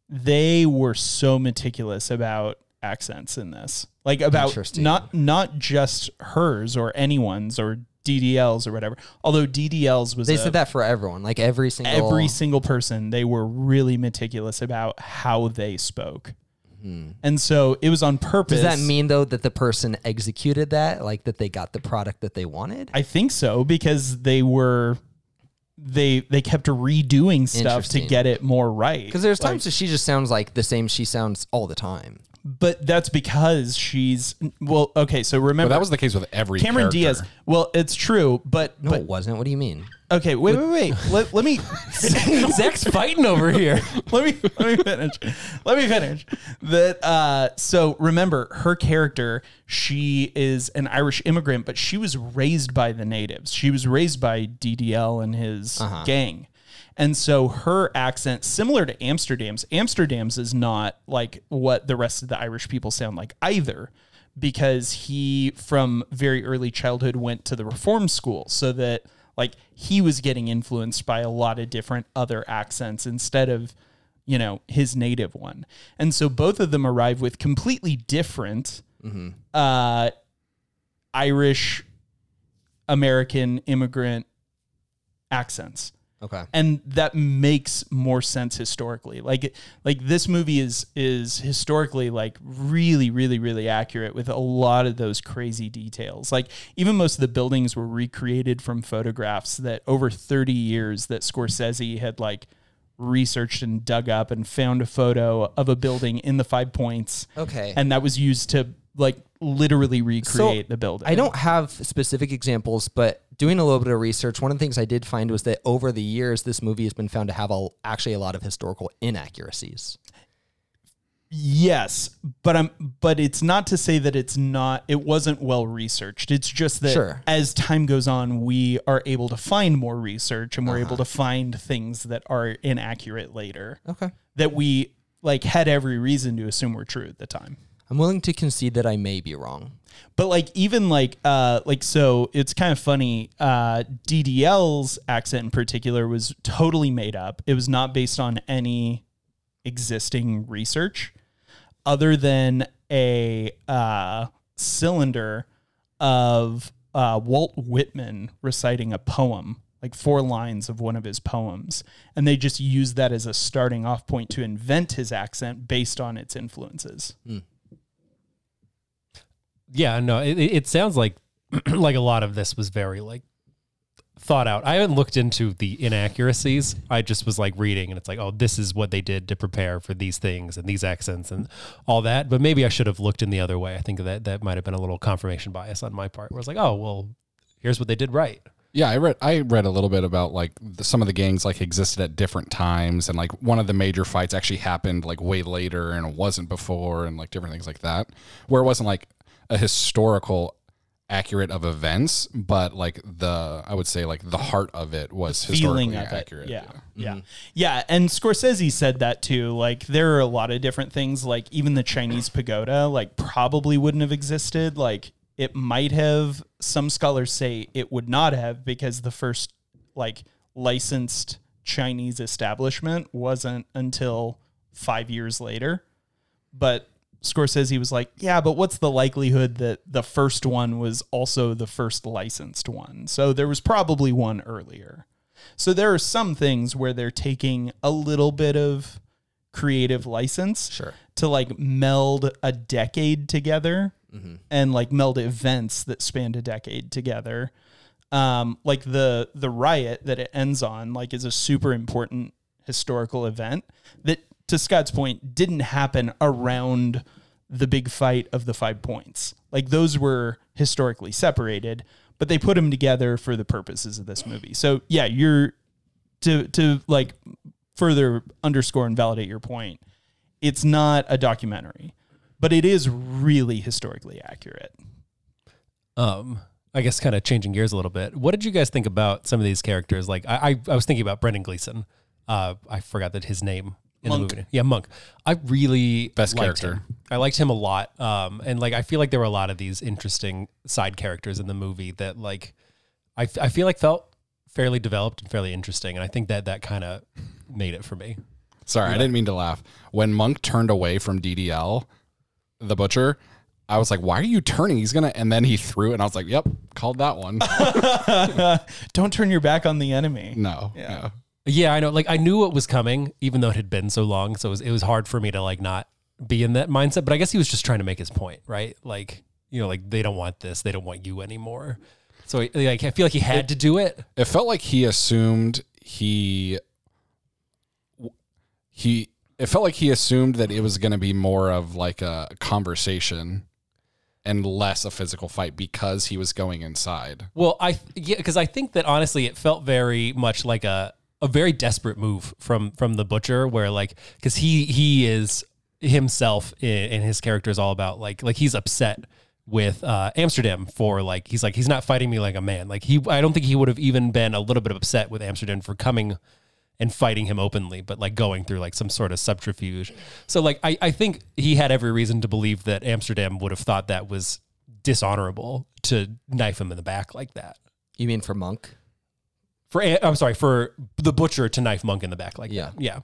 E: they were so meticulous about accents in this. Like about
D: Interesting.
E: not not just hers or anyone's or DDL's or whatever. Although DDL's was
D: They
E: a-
D: said that for everyone, like every single
E: every single person they were really meticulous about how they spoke and so it was on purpose
D: Hmm. Does that mean though that the person executed that, like that they got the product that they wanted?
E: i think so because they were they they kept redoing stuff to
D: Interesting.
E: get it more right
D: Because there's times that she just sounds like the same she sounds all the time.
E: but that's because she's well okay so remember
F: But that was the case with every
E: cameron
F: character.
E: diaz well it's true but
D: No, it
E: but
D: wasn't. What do you mean?
E: okay wait wait wait let, let me
C: Zach's fighting over here.
E: let me let me finish. Let me finish. That uh so remember her character, she is an Irish immigrant, but she was raised by the natives. She was raised by DDL and his gang. And so her accent, similar to Amsterdam's, Amsterdam's is not like what the rest of the Irish people sound like either, because he from very early childhood went to the reform school so that like he was getting influenced by a lot of different other accents instead of you know his native one and so both of them arrive with completely different uh irish american immigrant accents
D: Okay.
E: and that makes more sense historically like like this movie is is historically like really really really accurate with a lot of those crazy details like even most of the buildings were recreated from photographs that over 30 years that Scorsese had like researched and dug up and found a photo of a building in the five points
D: Okay.
E: and that was used to like literally recreate the building
D: I don't have specific examples, but doing a little bit of research, one of the things I did find was that over the years, this movie has been found to have a, actually a lot of historical inaccuracies.
E: Yes, but I'm but it's not to say that it's not it wasn't well researched. It's just that
D: Sure.
E: as time goes on, we are able to find more research and we're
D: Uh-huh.
E: able to find things that are inaccurate later.
D: Okay.
E: That we like had every reason to assume were true at the time.
D: I'm willing to concede that I may be wrong.
E: But like even like uh like so it's kind of funny uh DDL's accent in particular was totally made up. It was not based on any existing research other than a uh cylinder of uh Walt Whitman reciting a poem, like four lines of one of his poems, and they just used that as a starting off point to invent his accent based on its influences.
C: yeah, no, it, it it sounds like like a lot of this was very like thought out. I haven't looked into the inaccuracies. I just was like reading and it's like, oh, this is what they did to prepare for these things and these accents and all that. But maybe I should have looked in the other way. I think that that might have been a little confirmation bias on my part where it's like, oh, well, here's what they did right.
F: Yeah, I read I read a little bit about like the, some of the gangs like existed at different times, and like one of the major fights actually happened like way later, and it wasn't before, and like different things like that, where it wasn't like a historical accurate of events, but like the I would say like the heart of it was historically
E: feeling of it.
F: accurate. Mm-hmm.
E: Yeah. Yeah. Yeah. And Scorsese said that too. Like there are a lot of different things, like even the Chinese pagoda, like probably wouldn't have existed. Like it might have, some scholars say it would not have because the first like licensed Chinese establishment wasn't until five years later. But Scorsese was like, yeah, but what's the likelihood that the first one was also the first licensed one? So there was probably one earlier. So there are some things where they're taking a little bit of creative license
D: Sure.
E: to like meld a decade together and like meld events that spanned a decade together. Um, like the the riot that it ends on, like is a super important historical event that to Scott's point didn't happen around the big fight of the five points. Like those were historically separated, but they put them together for the purposes of this movie. So yeah, you're to to like further underscore and validate your point, it's not a documentary, but it is really historically accurate.
C: Um, I guess kind of changing gears a little bit. What did you guys think about some of these characters? Like I, I, I was thinking about Brendan Gleeson. Uh, I forgot that his name in
E: Monk.
C: the movie. Yeah, Monk. I really
F: Best
C: liked
F: character.
C: him. I liked him a lot. Um, and like I feel like there were a lot of these interesting side characters in the movie that like I, I feel like felt fairly developed and fairly interesting. And I think that that kind of made it for me.
F: Sorry, I didn't mean to laugh. When Monk turned away from DDL, the butcher, I was like, "Why are you turning?" He's gonna, and then he threw, it, and I was like, "Yep, called that one."
E: Don't turn your back on the enemy.
F: no, yeah.
C: Yeah, I know. Like I knew what was coming, even though it had been so long. So it was it was hard for me to like not be in that mindset. But I guess he was just trying to make his point, right? Like you know, like they don't want this, they don't want you anymore. So like I feel like he had to do it.
F: It felt like he assumed he he. It felt like he assumed that it was going to be more of like a conversation and less a physical fight because he was going inside.
C: Well, I yeah, because I think that honestly, it felt very much like a a very desperate move from from the butcher, where like because he he is himself i- and his character is all about like like he's upset with uh Amsterdam for like he's like he's not fighting me like a man. Like he I don't think he would have even been a little bit upset with Amsterdam for coming and fighting him openly, but like going through like some sort of subterfuge. So like I, I think he had every reason to believe that Amsterdam would have thought that was dishonorable to knife him in the back like that.
D: You mean for Monk?
C: For A- I'm sorry, for the butcher to knife Monk in the back like
D: Yeah.
C: that. Yeah.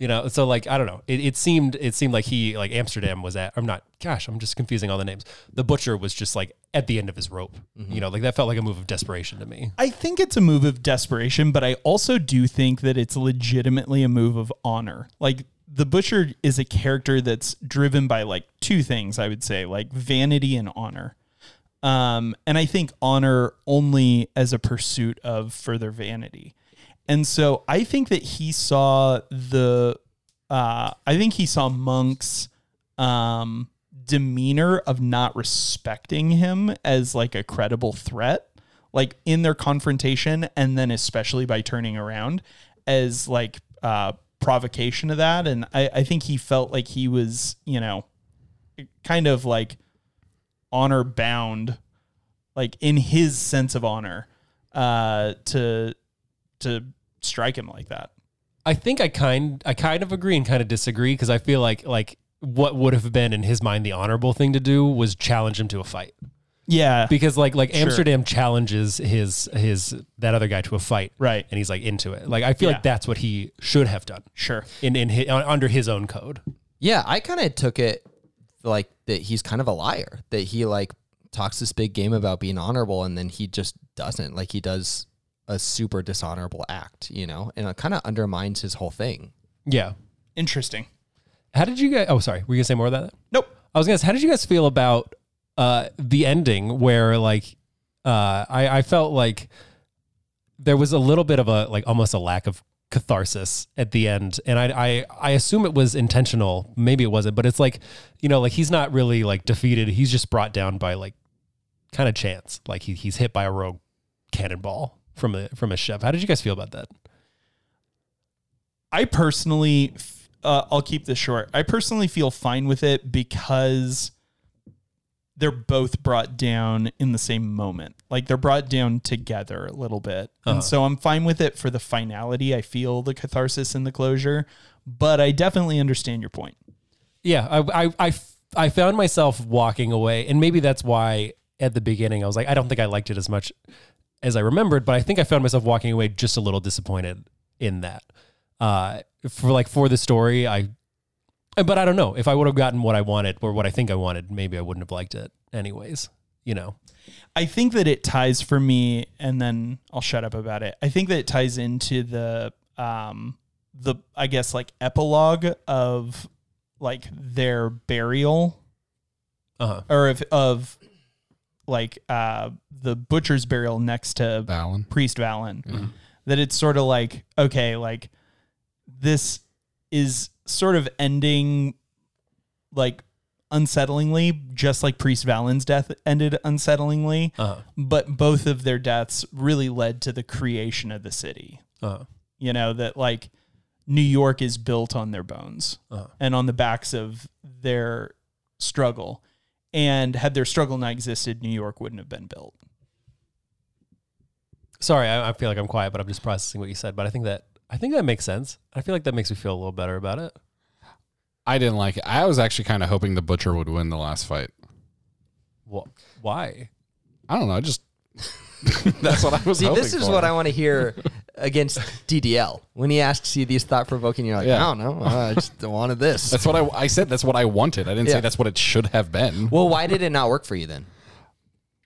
C: You know, so like I don't know. It, it seemed it seemed like he like Amsterdam was at I'm not gosh, I'm just confusing all the names. The butcher was just like at the end of his rope. You know, like that felt like a move of desperation to me.
E: I think it's a move of desperation, but I also do think that it's legitimately a move of honor. Like the butcher is a character that's driven by like two things, I would say, like vanity and honor. Um, and I think honor only as a pursuit of further vanity. And so I think that he saw the uh, I think he saw Monk's um, demeanor of not respecting him as like a credible threat, like in their confrontation, and then especially by turning around as like uh, provocation of that. And I, I think he felt like he was, you know, kind of like honor bound, like in his sense of honor, uh, to to strike him like that.
C: I think I kind I kind of agree and kind of disagree because I feel like like what would have been in his mind the honorable thing to do was challenge him to a fight
E: Yeah.
C: because like like Amsterdam challenges his his that other guy to a fight
E: Right.
C: and he's like into it like I feel
E: Yeah.
C: like that's what he should have done
E: Sure.
C: in in his, under his own code
D: Yeah, I kind of took it like that he's kind of a liar, that he like talks this big game about being honorable and then he just doesn't. Like he does a super dishonorable act, you know, and it kind of undermines his whole thing.
C: yeah
E: Interesting.
C: how did you guys oh sorry were you gonna say more about that
E: Nope.
C: I was gonna say, how did you guys feel about uh, the ending where like uh, I, I felt like there was a little bit of a like almost a lack of catharsis at the end and I, I i assume it was intentional maybe it wasn't but it's like you know like he's not really like defeated he's just brought down by like kind of chance like he, he's hit by a rogue cannonball from a from a chef how did you guys feel about that
E: I personally, f- uh, I'll keep this short. I personally feel fine with it because they're both brought down in the same moment. Like they're brought down together a little bit. And so I'm fine with it for the finality. I feel the catharsis and the closure, but I definitely understand your point.
C: yeah I, I I f- I found myself walking away and maybe that's why at the beginning i was like i don't think i liked it as much as i remembered but i think i found myself walking away just a little disappointed in that uh for like for the story i but i don't know if i would have gotten what i wanted or what i think i wanted maybe i wouldn't have liked it anyways you know
E: I think that it ties for me, and then I'll shut up about it. I think that it ties into the um the I guess like epilogue of like their burial.
C: Uh-huh.
E: Or if of like uh the butcher's burial next to
F: Alan,
E: Priest Valen. That it's sort of like, okay, like this is sort of ending like unsettlingly, just like Priest Valen's death ended unsettlingly.
C: uh-huh
E: But both of their deaths really led to the creation of the city.
C: uh-huh
E: You know, that like New York is built on their bones and on the backs of their struggle. And had their struggle not existed, New York wouldn't have been built.
C: Sorry, I, I feel like I'm quiet, but I'm just processing what you said. But I think that I think that makes sense. I feel like that makes me feel a little better about it.
F: I didn't like it. I was actually kind of hoping the butcher would win the last fight.
C: Wh- why?
F: I don't know. I just that's what I was.
D: See,
F: hoping
D: this is
F: for.
D: what I want to hear against DDL. When he asks you these thought provoking, you're like,
F: Yeah.
D: I don't know. I just wanted this.
F: That's what I, I said. That's what I wanted. I didn't
D: Yeah.
F: say that's what it should have been.
D: well, why did it not work for you then?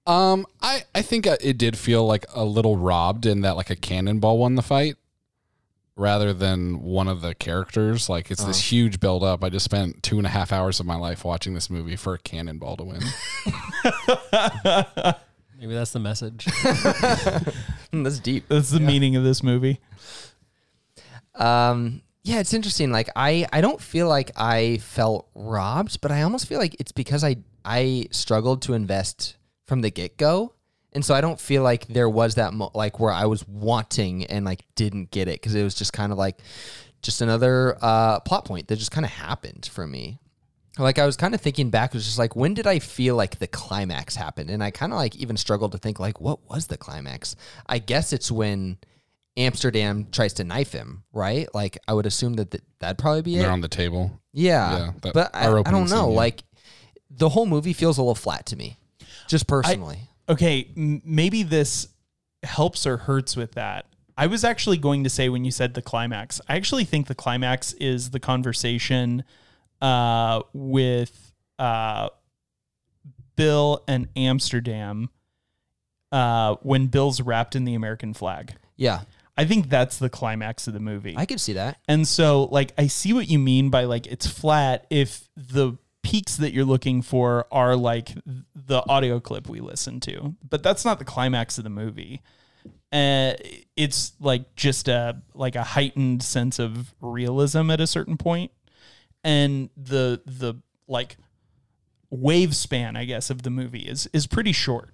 F: Um, I, I think uh, it did feel like a little robbed in that like a cannonball won the fight rather than one of the characters. Like it's
D: Uh-huh.
F: this huge build up. I just spent two and a half hours of my life watching this movie for a cannonball to win.
C: Maybe that's the message.
D: Hmm, that's deep.
E: That's the meaning of this movie.
D: Um, yeah, it's interesting. Like I, I don't feel like I felt robbed, but I almost feel like it's because I, I struggled to invest from the get go, and so I don't feel like there was that mo- like where I was wanting and like didn't get it because it was just kind of like just another uh, plot point that just kind of happened for me. Like I was kind of thinking back, it was just like when did I feel like the climax happened? And I kind of like even struggled to think like what was the climax? I guess it's when Amsterdam tries to knife him, right? Like I would assume that th- that'd probably be it.
F: They're on the table.
D: yeah,
F: yeah, that-
D: but I,
F: our
D: I
F: opening
D: don't know.
F: scene, yeah.
D: Like the whole movie feels a little flat to me, just personally.
E: Okay, m- maybe this helps or hurts with that. I was actually going to say when you said the climax, I actually think the climax is the conversation uh, with uh, Bill and Amsterdam uh, when Bill's wrapped in the American flag.
D: yeah,
E: I think that's the climax of the movie.
D: I could see that.
E: And so like I see what you mean by like it's flat if the peaks that you're looking for are like the audio clip we listen to. But that's not the climax of the movie. Uh, it's like just a like a heightened sense of realism at a certain point. And the the like wave span, I guess, of the movie is is pretty short.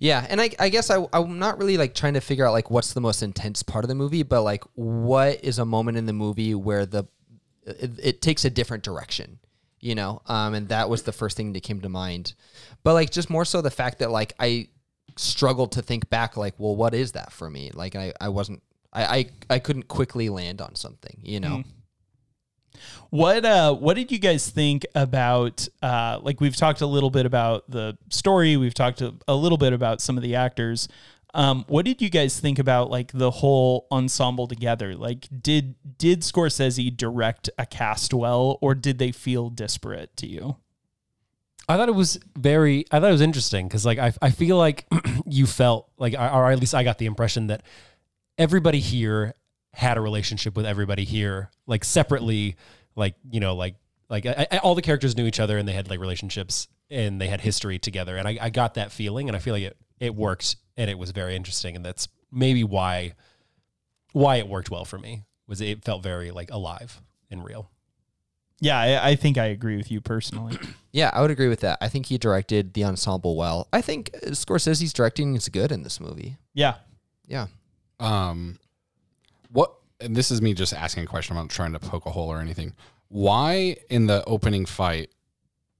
D: Yeah, and I, I guess I, I'm not really like trying to figure out like what's the most intense part of the movie, but like what is a moment in the movie where the it, it takes a different direction, you know? Um, and that was the first thing that came to mind, but like just more so the fact that like I struggled to think back, like, well, what is that for me? Like I, I wasn't, I, I, I couldn't quickly land on something, you know?
E: What uh what did you guys think about uh like we've talked a little bit about the story, we've talked a, a little bit about some of the actors. Um what did you guys think about like the whole ensemble together? Like did did Scorsese direct a cast well or did they feel disparate to you?
C: I thought it was very. I thought it was interesting because, like, I I feel like you felt like, or at least I got the impression that everybody here had a relationship with everybody here, like separately, like you know, like like I, I- all the characters knew each other and they had like relationships and they had history together, and I, I got that feeling, and I feel like it it worked and it was very interesting, and that's maybe why why it worked well for me was it felt very like alive and real.
E: Yeah, I, I think I agree with you personally.
D: Yeah, I would agree with that. I think he directed the ensemble well. I think uh, Scorsese's directing is good in this movie.
E: yeah.
D: Yeah.
F: Um, what? And this is me just asking a question. I'm not trying to poke a hole or anything. Why in the opening fight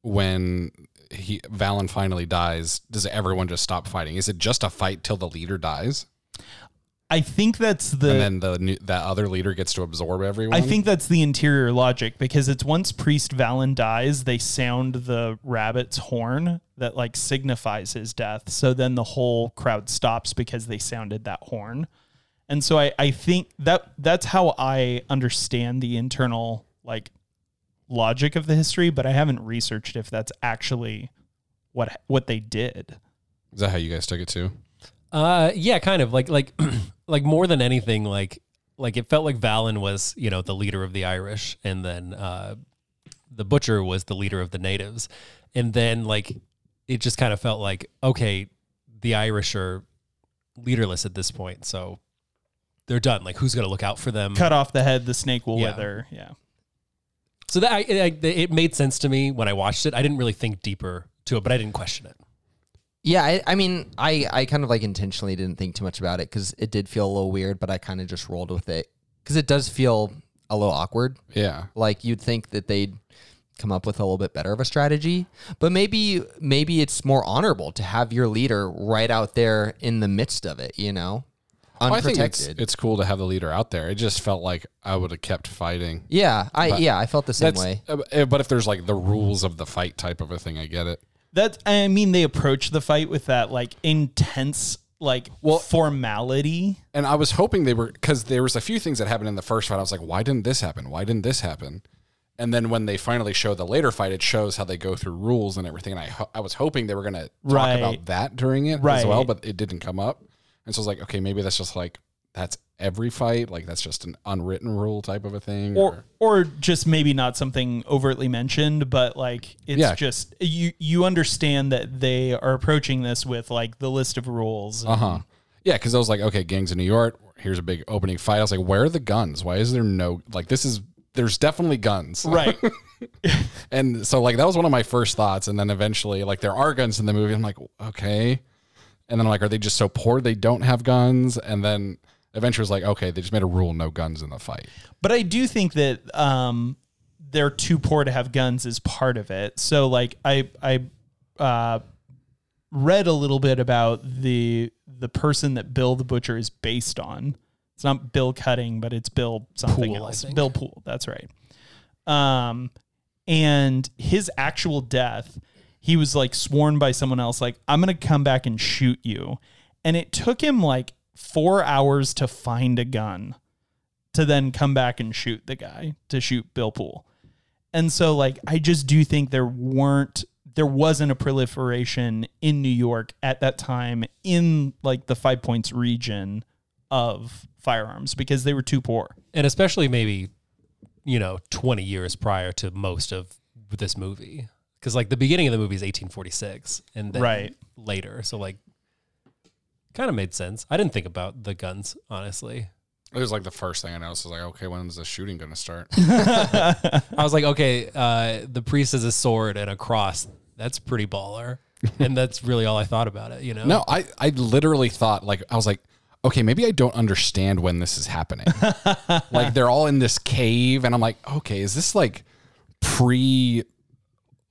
F: when he Valen finally dies, does everyone just stop fighting? Is it just a fight till the leader dies,
E: I think that's the
F: and then the new, that other leader gets to absorb everyone?
E: I think that's the interior logic because it's once Priest Valen dies, they sound the rabbit's horn that like signifies his death. So then the whole crowd stops because they sounded that horn. And so I, I think that that's how I understand the internal like logic of the history, but I haven't researched if that's actually what what they did.
F: is that how you guys took it too.
C: Uh, yeah, kind of like like like more than anything, like like it felt like Valen was you know the leader of the Irish, and then uh, the butcher was the leader of the natives, and then like it just kind of felt like okay, the Irish are leaderless at this point, so they're done. Like who's gonna look out for them?
E: Cut off the head, the snake will
C: Yeah.
E: wither. Yeah.
C: So that I, I, it made sense to me when I watched it. I didn't really think deeper to it, but I didn't question it.
D: Yeah, I, I mean, I, I kind of like intentionally didn't think too much about it because it did feel a little weird, but I kind of just rolled with it because it does feel a little awkward.
F: Yeah.
D: Like you'd think that they'd come up with a little bit better of a strategy, but maybe maybe it's more honorable to have your leader right out there in the midst of it. You know,
F: Well, I think it's,
D: unprotected.
F: it's cool to have the leader out there. It just felt like I would have kept fighting.
D: yeah, I yeah I felt the same
F: That's,
D: way.
F: uh, but if there's like the rules of the fight type of a thing, I get it.
E: That I mean, they approach the fight with that like intense like formality.
F: And I was hoping they were because there was a few things that happened in the first fight. I was like, why didn't this happen? Why didn't this happen? And then when they finally show the later fight, it shows how they go through rules and everything. And I ho- I was hoping they were gonna talk
E: Right.
F: about that during it as well,
E: Right.
F: but it didn't come up. And so I was like, okay, maybe that's just like that's every fight, like that's just an unwritten rule type of a thing.
E: or or just maybe not something overtly mentioned, but like it's
F: Yeah.
E: just you you understand that they are approaching this with like the list of rules.
F: Uh huh. Yeah, because I was like, okay, gangs in New York. Here's a big opening fight. I was like, where are the guns? Why is there no like this is there's definitely guns.
E: Right.
F: And so like that was one of my first thoughts. And then eventually like there are guns in the movie. I'm like, okay. And then like, are they just so poor they don't have guns? And then eventually was like, okay, they just made a rule no guns in the fight.
E: But I do think that um, they're too poor to have guns is part of it. So like I I uh, read a little bit about the the person that Bill the Butcher is based on. It's not Bill Cutting, but it's Bill something
C: Poole, I
E: else.
C: think.
E: Bill Poole. That's right. Um, and his actual death, he was like sworn by someone else, like I'm gonna come back and shoot you. And it took him like four hours to find a gun to then come back and shoot the guy to shoot Bill Poole. And so like I just do think there weren't there wasn't a proliferation in New York at that time in like the Five Points region of firearms because they were too poor.
C: and especially maybe you know 20 years prior to most of this movie because like the beginning of the movie is 1846 and then
E: Right.
C: later so like kind of made sense i didn't think about the guns honestly
F: It was like the first thing I noticed was like, okay, when's the shooting gonna start?
C: i was like okay uh, the priest has a sword and a cross that's pretty baller and that's really all i thought about it you know
F: No, I, I literally thought like I was like, okay, maybe I don't understand when this is happening. like they're all in this cave, and I'm like, okay, is this like pre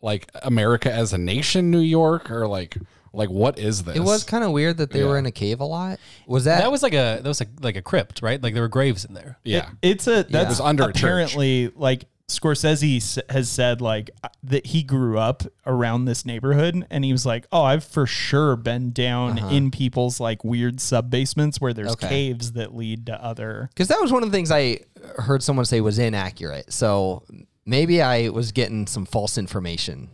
F: like America as a nation, New York, or like like what is this?
D: It was kind of weird that they were in a cave a lot. Was that,
C: that was like a that was like, like a crypt right like there were graves in there
F: yeah.
E: It's a that's
F: was under a church.
E: apparently like Scorsese s- has said like uh, that he grew up around this neighborhood and he was like, "Oh, I've for sure been down
F: Uh-huh.
E: in people's like weird sub basements where there's
D: Okay.
E: caves that lead to other
D: because that was one of the things I heard someone say was inaccurate. So maybe I was getting some false information.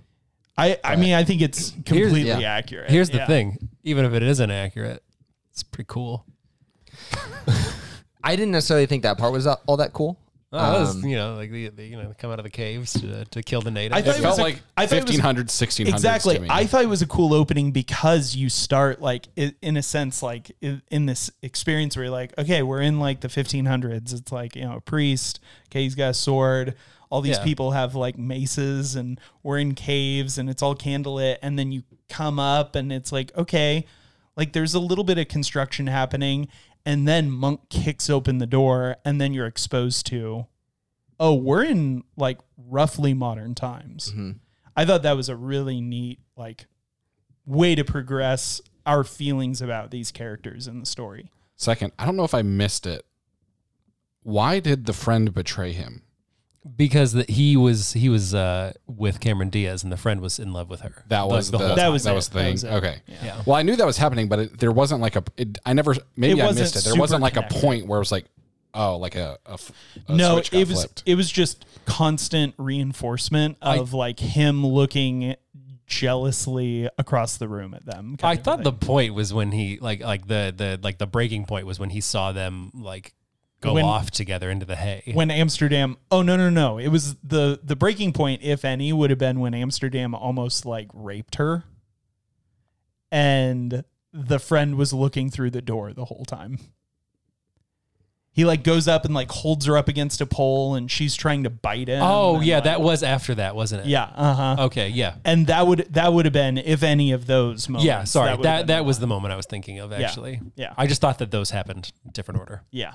E: I, I mean, I think it's completely
D: yeah.
E: accurate.
C: here's the
E: Yeah.
C: thing even if it is inaccurate it's pretty cool
D: I didn't necessarily think that part was all that cool.
C: Oh, that was, you know, like the, the you know, they come out of the caves to, to kill the natives.
E: I
F: It
E: thought it
F: felt
E: was a-
F: like
E: I thought it was-
F: 1500, 1600s
E: Exactly.
F: To me.
E: I thought it was a cool opening because you start like i- in a sense like i- in this experience where you're like, okay, we're in like the 1500s. It's like you know a priest. Okay, he's got a sword. All these
C: Yeah.
E: people have like maces, and we're in caves, and it's all candlelit. And then you come up, and it's like okay, like there's a little bit of construction happening, and then monk kicks open the door, and then you're exposed to oh, we're in like roughly modern times. I thought that was a really neat like way to progress our feelings about these characters in the story.
F: Second, I don't know if I missed it. Why did the friend betray him?
C: because the, he was he was uh, with Cameron Diaz and the friend was in love with her.
F: That was the,
C: whole
E: That
C: time.
E: was
F: that
E: it.
F: was the
E: That
F: thing.
E: was it.
F: okay.
C: Yeah.
F: Well, I knew that was happening, but it, there wasn't like a. It, I never. Maybe
E: It
F: I
E: wasn't
F: missed it. There
E: super
F: wasn't like a
E: connected.
F: point where it was like, oh, like a. a f- a
E: no,
F: switch got
E: it was
F: flipped.
E: it was just constant reinforcement of like him looking jealously across the room at them.
C: I
E: kind of
C: thought
E: thing.
C: the point was when he like like the the like the breaking point was when he saw them like go
E: When-
C: off together into the hay.
E: when Amsterdam oh no no no it was the the breaking point if any would have been when Amsterdam almost like raped her and the friend was looking through the door the whole time he like goes up and like holds her up against a pole and she's trying to bite him
C: oh
E: and,
C: yeah,
E: like-
C: that was after that, wasn't it?
E: yeah uh-huh
C: Okay. Yeah.
E: and that would that would have been if any of those moments
C: Yeah. Sorry.
E: would have
C: Oh, that
E: been
C: that
E: the
C: was
E: one.
C: the moment I was thinking of actually.
E: yeah.
C: I just thought that those happened in different order.
E: yeah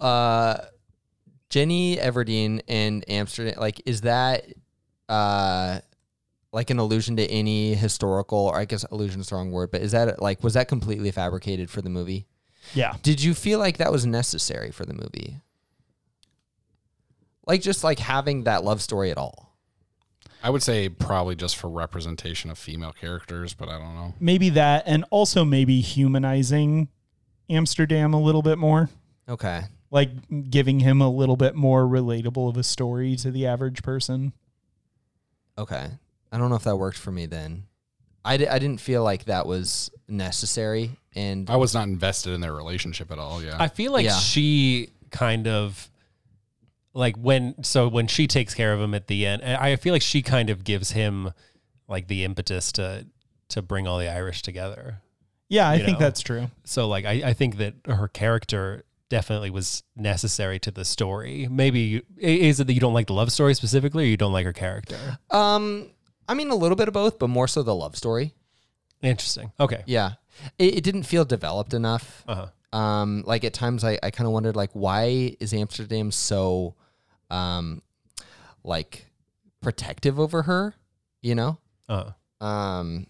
D: uh, Jenny Everdeen and Amsterdam, like, is that uh, like an allusion to any historical, or I guess allusion is the wrong word, but is that like, was that completely fabricated for the movie?
E: Yeah.
D: Did you feel like that was necessary for the movie? Like, just like having that love story at all?
F: I would say probably just for representation of female characters, but I don't know.
E: Maybe that, and also maybe humanizing Amsterdam a little bit more,
D: Okay.
E: like giving him a little bit more relatable of a story to the average person.
D: Okay. I don't know if that worked for me then. I d- I didn't feel like that was necessary. And
F: I was not invested in their relationship at all. Yeah.
C: I feel like
D: Yeah.
C: she kind of like when so when she takes care of him at the end, I I feel like she kind of gives him like the impetus to to bring all the Irish together.
E: Yeah, I
C: You
E: think
C: know.
E: that's true.
C: So like I, I think that her character definitely was necessary to the story. Maybe i- is it that you don't like the love story specifically, or you don't like her character?
D: um, I mean, a little bit of both, but more so the love story.
C: Interesting. Okay.
D: Yeah. It, it didn't feel developed enough.
C: Uh huh.
D: Um, like at times I, I kind of wondered like, why is Amsterdam so, um, like protective over her, you know?
C: Uh huh.
D: Um,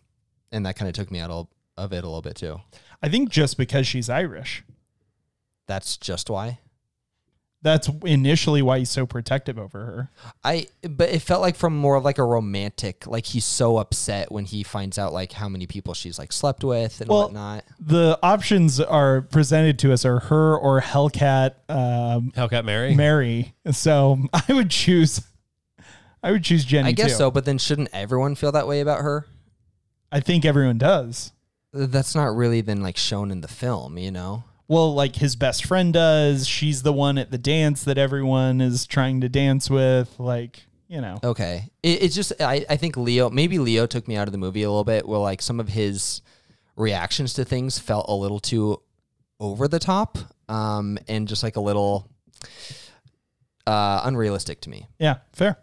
D: and that kind of took me out of, of it a little bit too.
E: I think just because she's Irish,
D: That's just why.
E: that's initially why he's so protective over her.
D: I but it felt like from more of like a romantic, like he's so upset when he finds out like how many people she's like slept with and
E: Well-
D: whatnot.
E: The options are presented to us are her or Hellcat um,
C: Hellcat Mary.
E: Mary. So I would choose, I would choose Jenny.
D: I guess
E: too.
D: so, but then shouldn't everyone feel that way about her?
E: I think everyone does.
D: Th- That's not really then like shown in the film, you know.
E: Well, like his best friend does. She's the one at the dance that everyone is trying to dance with. Like you know,
D: Okay, it, it's just I I think Leo maybe Leo took me out of the movie a little bit. Where like some of his reactions to things felt a little too over the top, um, and just like a little uh unrealistic to me.
E: yeah, fair.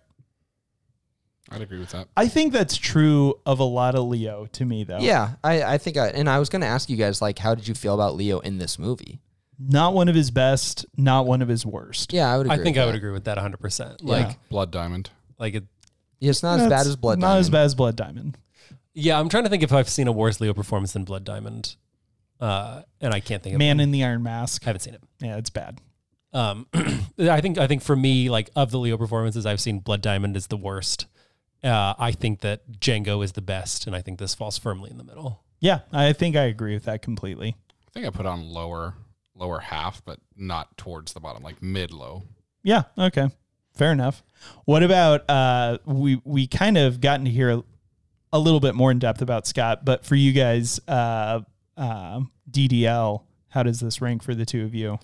F: I'd agree with that.
E: I think that's true of a lot of Leo to me though.
D: Yeah, I, I think I and I was gonna ask you guys like how did you feel about Leo in this movie?
E: not one of his best, not one of his worst.
D: Yeah, I would
C: I
D: agree.
C: think
D: with
C: I would
D: that.
C: agree with that 100%. Like
F: Blood Diamond.
C: like it,
D: Yeah, It's not as bad
E: That's
D: as Blood
E: Not as
D: Diamond.
E: bad as Blood Diamond.
C: Yeah, I'm trying to think if I've seen a worse Leo performance than Blood Diamond, uh, and I can't think of.
E: Man
C: one.
E: in the Iron Mask.
C: I haven't seen it.
E: Yeah, it's bad.
C: Um, I think I think for me, like of the Leo performances I've seen, Blood Diamond is the worst. Uh, I think that Django is the best, and I think this falls firmly in the middle.
E: Yeah, I think I agree with that completely.
F: I think I put on lower lower half, but not towards the bottom, like mid low.
E: Yeah, okay. Fair enough. What about uh we we kind of gotten to hear a little bit more in depth about Scott, but for you guys, uh uh DDL, how does this rank for the two of you?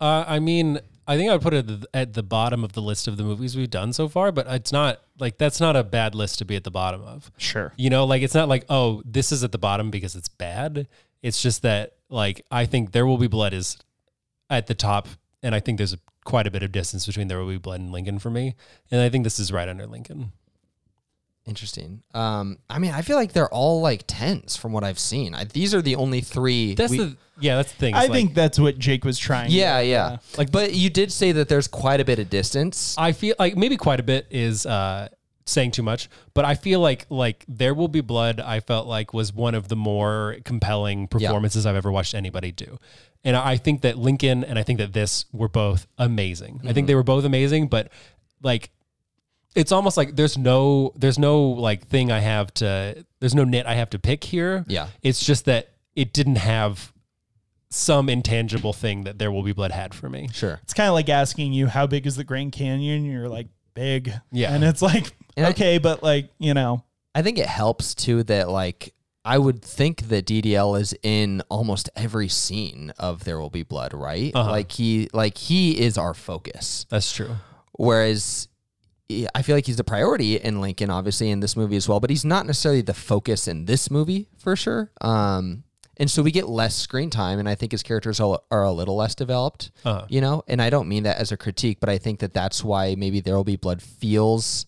C: Uh, I mean, I think I would put it at the- at the bottom of the list of the movies we've done so far, but it's not like that's not a bad list to be at the bottom of.
E: Sure.
C: You know, like it's not like, oh, this is at the bottom because it's bad. It's just that like I think There Will Be Blood is at the top and I think there's quite a bit of distance between There Will Be Blood and Lincoln for me. And I think this is right under Lincoln.
D: Interesting. Um, I mean, I feel like they're all like tens from what I've seen. I, these are the only three.
C: That's
D: we-
C: the yeah, that's the thing. It's
E: I
C: like-
E: think that's what Jake was trying.
D: yeah, yeah, Like, Uh, but you did say that there's quite a bit of distance.
C: I feel like maybe quite a bit is uh, saying too much, but I feel like like There Will Be Blood. I felt like was one of the more compelling performances I've ever watched anybody do, and I I think that Lincoln and I think that this were both amazing. I think they were both amazing, but like it's almost like there's no there's no like thing I have to there's no nit I have to pick here.
D: Yeah.
C: it's just that it didn't have some intangible thing that There Will Be Blood had for me.
D: Sure.
E: It's kind of like asking you how big is the Grand Canyon? You're like big.
C: Yeah.
E: And it's like
D: And I-
E: okay, but like, you know,
D: I think it helps too that like I would think that DDL is in almost every scene of There Will Be Blood, right? Like he, like he is our focus.
C: That's true.
D: Whereas yeah, I feel like he's the priority in Lincoln, obviously in this movie as well, but he's not necessarily the focus in this movie for sure. Um, and so we get less screen time, and I think his characters are, are a little less developed,
C: Uh-huh.
D: you know. And I don't mean that as a critique, but I think that that's why maybe There Will Be Blood feels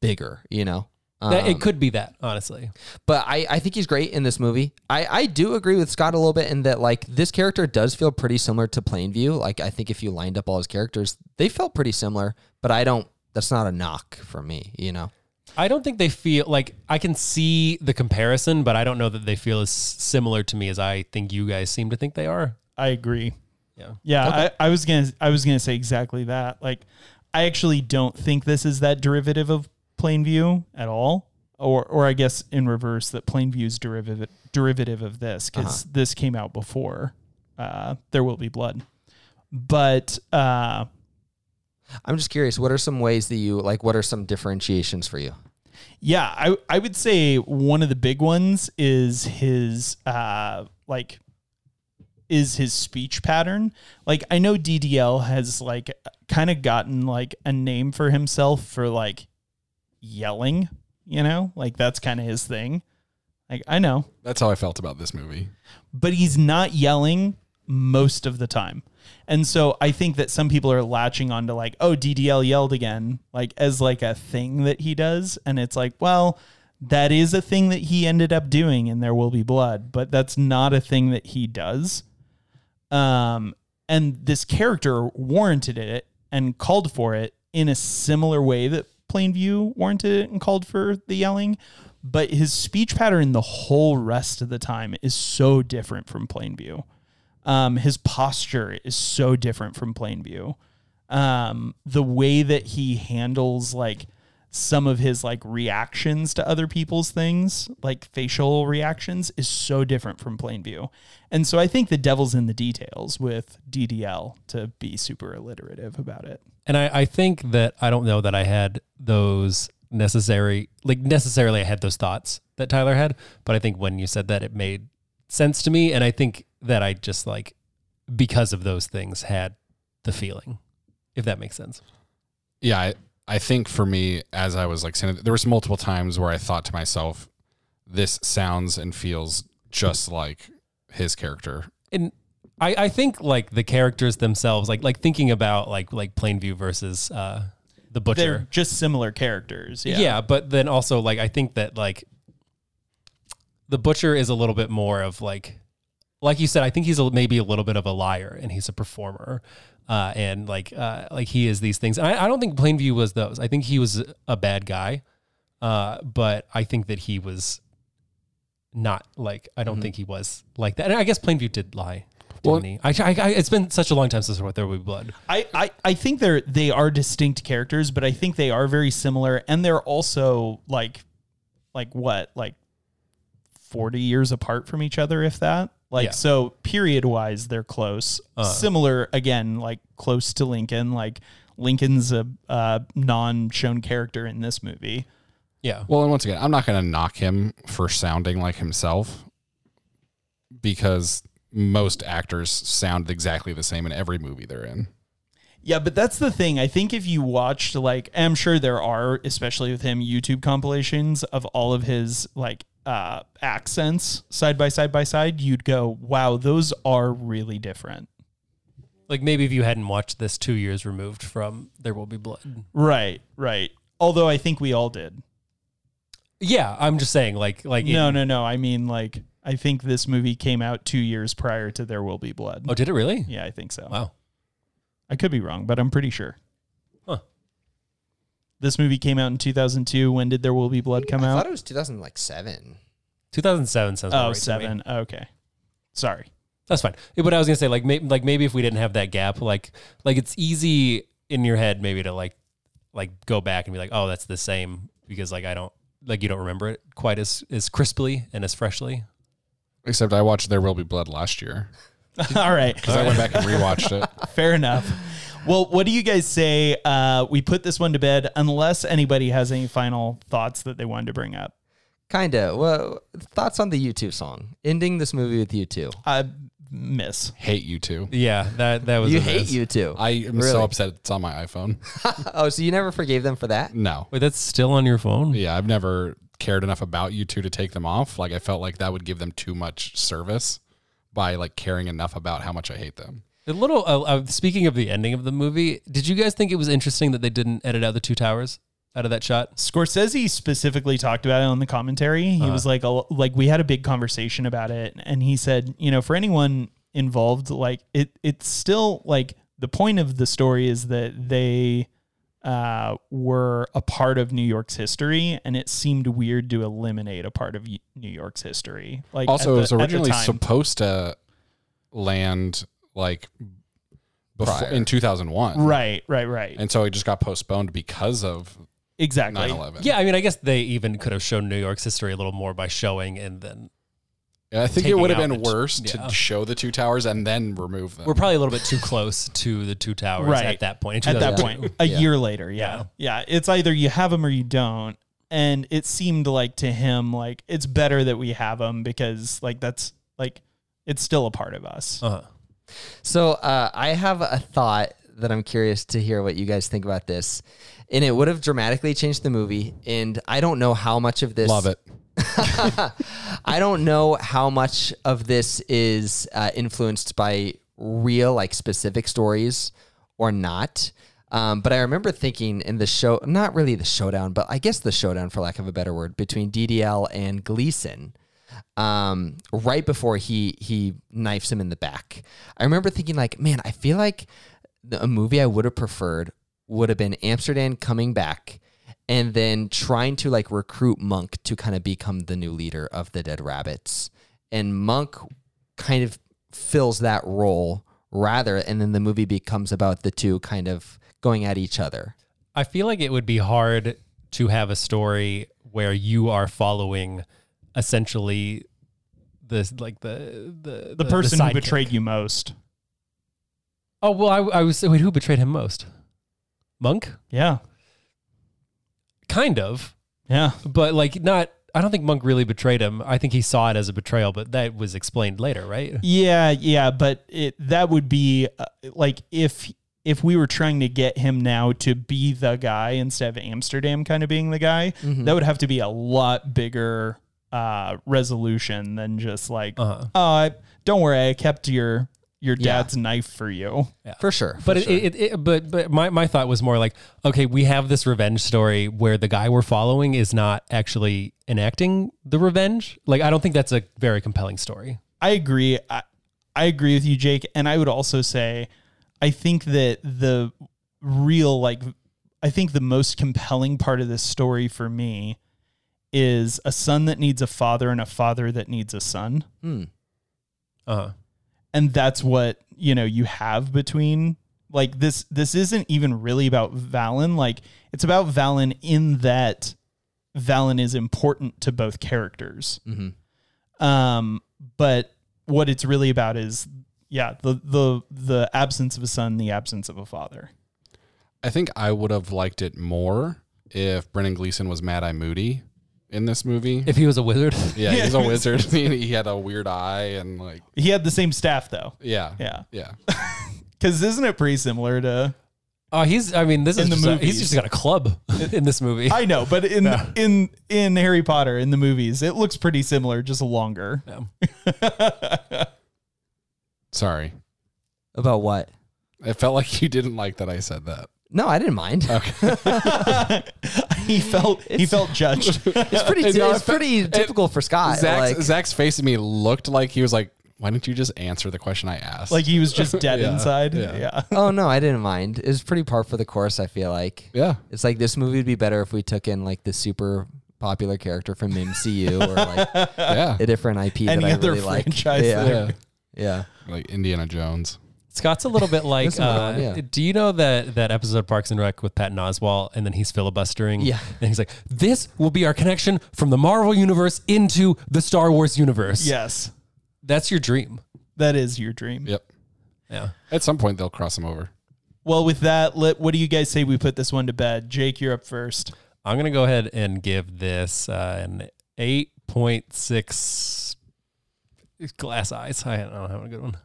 D: bigger, you know.
C: That- it could be that, honestly.
D: But I, I think he's great in this movie. I, I do agree with Scott a little bit in that like this character does feel pretty similar to Plainview. Like I think if you lined up all his characters, they felt pretty similar. But I don't. That's not a knock for me. You know.
C: I don't think they feel like I can see the comparison, but I don't know that they feel as similar to me as I think you guys seem to think they are.
E: I agree.
C: Yeah.
E: Yeah, I, I was gonna I was gonna say exactly that. Like I actually don't think this is that derivative of plain view at all. Or or I guess in reverse that plain view is derivative derivative of this because
C: Uh-huh.
E: this came out before uh, There Will Be Blood. But uh,
D: I'm just curious. What are some ways that you like? What are some differentiations for you?
E: Yeah, I I would say one of the big ones is his uh like is his speech pattern. Like I know DDL has like kind of gotten like a name for himself for like yelling, you know? Like that's kind of his thing. Like I know,
F: That's how I felt about this movie.
E: but he's not yelling most of the time. And so I think that some people are latching on to like, oh, DDL yelled again, like as like a thing that he does. And it's like, well, that is a thing that he ended up doing and There Will Be Blood, but that's not a thing that he does. Um, and this character warranted it and called for it in a similar way that Plainview warranted it and called for the yelling. But his speech pattern the whole rest of the time is so different from Plainview. Um, his posture is so different from Plainview. Um, the way that he handles like some of his like reactions to other people's things, like facial reactions, is so different from Plainview. And so I think the devil's in the details with DDL to be super alliterative about it.
C: And I, I think that I don't know that I had those necessary, like necessarily I had those thoughts that Tyler had, but I think when you said that, it made sense to me. And I think that I just like, because of those things, had the feeling, if that makes sense.
F: yeah, I, I think for me, as I was like saying, there was multiple times where I thought to myself, this sounds and feels just like his character.
C: and I, I think like the characters themselves, like like thinking about like like Plainview versus uh, the
E: They're
C: Butcher.
E: just similar characters.
C: Yeah.
E: Yeah.
C: but then also like I think that like the Butcher is a little bit more of like like you said, I think he's a, maybe a little bit of a liar and he's a performer. Uh, and like uh, like he is these things. And I, I don't think Plainview was those. I think he was a bad guy. Uh, but I think that he was not like I don't think he was like that. And I guess Plainview did lie.
F: Mm-hmm. Well-
C: Didn't he? I, I, I, it's been such a long time since I There Will Be Blood.
E: I, I, I think they're they are distinct characters, but I think they are very similar, and they're also like, like what like forty years apart from each other, if that. Like
C: Yeah.
E: so, period wise, they're close. similar again, like close to Lincoln. Like Lincoln's a, uh non shown character in this movie.
C: Yeah.
F: Well, and once again, I'm not going to knock him for sounding like himself because most actors sound exactly the same in every movie they're in.
E: Yeah, but that's the thing. I think if you watched like I'm sure there are, especially with him, YouTube compilations of all of his like uh accents side by side by side, you'd go, Wow, those are really different.
C: Like maybe if you hadn't watched this two years removed from There Will Be Blood.
E: Right, right. Although I think we all did.
C: Yeah, I'm just saying like like
E: No,
C: it-
E: no, no. I mean like I think this movie came out two years prior to There Will Be Blood.
C: Oh, did it really?
E: Yeah, I think so.
C: Wow.
E: I could be wrong, but I'm pretty sure.
C: Huh.
E: This movie came out in 2002. When did There Will Be Blood come
D: I
E: out?
D: thought it was 2007.
C: 2007 sounds about
E: Oh,
C: right to me.
E: seven. okay. Sorry.
C: That's fine. Yeah, But I was gonna say like maybe like maybe if we didn't have that gap, like like it's easy in your head maybe to like like go back and be like, oh, that's the same because like I don't like you don't remember it quite as as crisply and as freshly.
F: Except I watched There Will Be Blood last year
E: All right.
F: because I went back and rewatched it.
E: Fair enough. Well, what do you guys say? Uh, we put this one to bed unless anybody has any final thoughts that they wanted to bring up.
D: Kinda. Well, thoughts on the U2 song? Ending this movie with U2.
E: I miss.
F: Hate you two.
C: Yeah, that that was
D: You
C: a
D: hate
C: mess.
D: U2.
F: I am so upset it's on my iPhone.
D: oh, so you never forgave them for that?
F: No.
C: Wait, that's still on your phone?
F: Yeah, I've never cared enough about you two to take them off. Like I felt like that would give them too much service by like caring enough about how much I hate them.
C: The little. Uh, uh, speaking of the ending of the movie, did you guys think it was interesting that they didn't edit out the two towers? out of that shot.
E: Scorsese specifically talked about it on the commentary.
F: Uh-huh.
E: He was like, a, like we had a big conversation about it, and he said, you know, for anyone involved, like it, it's still like the point of the story is that they uh, were a part of New York's history, and it seemed weird to eliminate a part of y- New York's history. Like at
F: Also, it
E: the-
F: was
E: at the
F: originally
E: time.
F: supposed to land like before
D: Prior.
F: in 2001.
E: right, right, right,
F: And so it just got postponed because of
E: exactly.
F: 9 11.
C: Yeah, I mean, I guess they even could have shown New York's history a little more by showing and then
F: I think it
C: Taking
F: would have
C: out
F: been
C: the t-
F: worse
C: yeah.
F: to show the two towers and then remove them.
C: we're probably a little bit too close to the two towers
E: Right.
C: at that point. in
E: at that
C: 2002.
E: point a year later yeah. yeah it's either you have them or you don't and it seemed like to him like it's better that we have them because like that's like it's still a part of us
C: Uh-huh.
D: So uh, I have a thought that I'm curious to hear what you guys think about this. And it would have dramatically changed the movie. And I don't know how much of this.
F: Love it.
D: I don't know how much of this is uh, influenced by real, like specific stories or not. Um, but I remember thinking in the show, not really the showdown, but I guess the showdown, for lack of a better word, between DDL and Gleason um, right before he he knifes him in the back. I remember thinking like, man, I feel like the, a movie I would have preferred would have been Amsterdam coming back and then trying to like recruit Monk to kind of become the new leader of the Dead Rabbits. And Monk kind of fills that role rather and then the movie becomes about the two kind of going at each other.
C: I feel like it would be hard to have a story where you are following essentially this like the the the,
E: the person who
C: sidekick.
E: betrayed you most
C: Oh well, I, I was wait, who betrayed him most? Monk,
E: yeah
C: kind of,
E: yeah
C: but like not. I don't think Monk really betrayed him. I think he saw it as a betrayal, but that was explained later, right?
E: yeah yeah but it that would be uh, like if if we were trying to get him now to be the guy instead of Amsterdam kind of being the guy, that would have to be a lot bigger uh, resolution than just like,
C: Uh-huh.
E: oh, I, don't worry, I kept your your dad's knife for you.
D: For sure.
C: But it, it, it, but but my, my thought was more like okay we have this revenge story where the guy we're following is not actually enacting the revenge like I don't think that's a very compelling story
E: I agree. I, I agree with you, Jake. And I would also say, I think that the real, like, I think the most compelling part of this story for me is a son that needs a father and a father that needs a son.
D: Uh-huh.
C: uh
E: And that's what, you know, you have between like this this isn't even really about Valen. Like it's about Valen in that Valen is important to both characters. Um, but what it's really about is, yeah, the the the absence of a son, the absence of a father.
F: I think I would have liked it more if Brennan Gleeson was Mad Eye Moody in this movie.
C: if he was a wizard
F: yeah, he's a wizard. he had a weird eye and like,
E: He had the same staff though,
F: yeah,
E: yeah,
F: yeah.
E: because isn't it pretty similar to?
C: oh he's I mean this is
E: In the
C: just a- he's
E: movies.
C: just got a club in this movie
E: I know, but in in in Harry Potter in the movies, it looks pretty similar, just longer.
F: Sorry,
D: About what?
F: it felt like you didn't like that I said that.
D: No, I didn't mind.
E: he felt he felt judged.
D: It's pretty
F: No,
D: it's
F: it fe-
D: pretty typical for Scott.
F: Zach's,
D: like,
F: Zach's face at me looked like he was like, "Why didn't you just answer the question I asked?"
E: like he was just dead
F: Yeah,
E: inside.
F: yeah.
E: Yeah.
D: oh no, I didn't mind. It was pretty par for the course. I feel like.
F: yeah,
D: It's like this movie would be better if we took in like the super popular character from MCU or like
F: yeah,
D: a different IP
E: Any
D: that I
E: other
D: really like.
E: franchise
D: Yeah.
F: yeah,
D: yeah.
F: like Indiana Jones.
C: Scott's a little bit like.
D: That's another
C: Uh,
D: one, yeah.
C: Do you know that that episode of Parks and Rec with Patton Oswalt, and then he's filibustering.
D: Yeah.
C: and he's like, "This will be our connection from the Marvel universe into the Star Wars universe."
E: Yes.
C: that's your dream.
E: That is your dream.
F: Yep.
C: Yeah.
F: At some point they'll cross him over.
E: Well, with that, let, what do you guys say we put this one to bed? Jake, you're up first.
C: I'm gonna go ahead and give this uh, an eight point six. Glass eyes. I don't have a good one.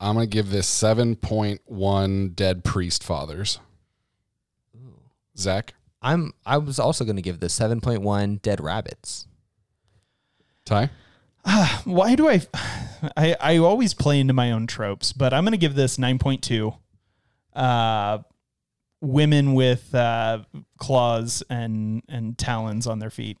F: I'm gonna give this seven point one dead priest fathers. Zach,
D: I'm I was also gonna give the seven point one Dead Rabbits.
F: Ty,
E: Why do I, I, I always play into my own tropes, but I'm going to give this 9.2. Uh, women with uh, claws and and talons on their feet.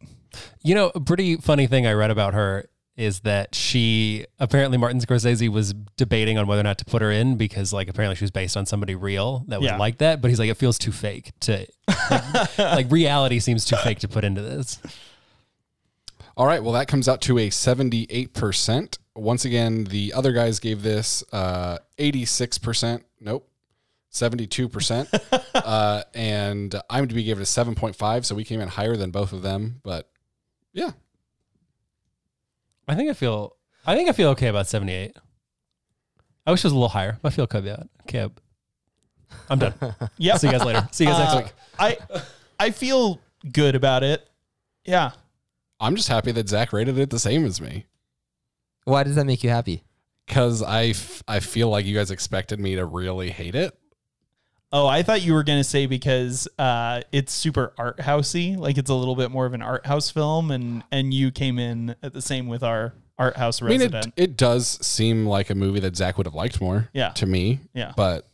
C: You know, a pretty funny thing I read about her is that she apparently Martin Scorsese was debating on whether or not to put her in because like apparently she was based on somebody real that was
E: Yeah.
C: like that, but he's like it feels too fake to like, like reality seems too fake to put into this.
F: All right. Well, that comes out to a 78%. Once again, the other guys gave this uh, 86%. Nope. 72%. uh, and IMDb gave it a 7.5. So we came in higher than both of them. But yeah,
C: I think I feel I think I feel okay about 78. I wish it was a little higher. but I feel okay about okay. I'm done.
E: Yeah.
C: See you guys later. See you guys
E: Uh,
C: next week.
E: I I feel good about it. Yeah.
F: I'm just happy that Zach rated it the same as me.
D: Why does that make you happy?
F: Because I, f- I feel like you guys expected me to really hate it.
E: Oh, I thought you were gonna say because uh, it's super art housey, like it's a little bit more of an art house film, and and you came in at the same with our art house
F: I mean,
E: resident.
F: it, it does seem like a movie that Zach would have liked more
E: Yeah.
F: to me.
E: Yeah.
F: But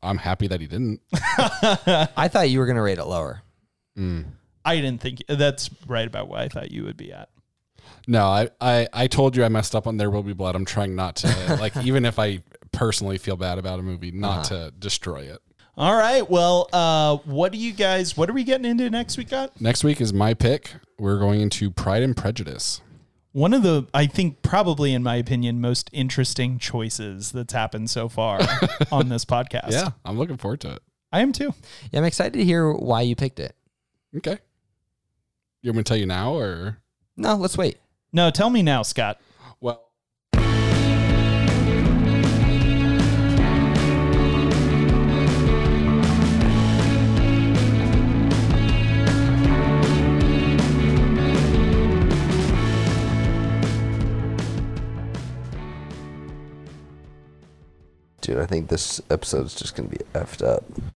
F: I'm happy that he didn't.
D: I thought you were gonna rate it lower.
E: I didn't think that's right about what I thought you would be at.
F: No, I, I, I told you I messed up on There Will Be Blood. I'm trying not to, like, even if I personally feel bad about a movie, not to destroy it.
E: All right. Well, uh, what do you guys? What are we getting into next week? Got
F: Next week is my pick. We're going into Pride and Prejudice.
E: one of the, I think, probably in my opinion, most interesting choices that's happened so far on this podcast.
F: Yeah, I'm looking forward to it.
E: I am too.
D: Yeah, I'm excited to hear why you picked it.
F: Okay. You want me to tell you now or?
D: No, let's wait.
E: No, tell me now, Scott.
F: Well,
G: Dude, I think this episode's just gonna be effed up.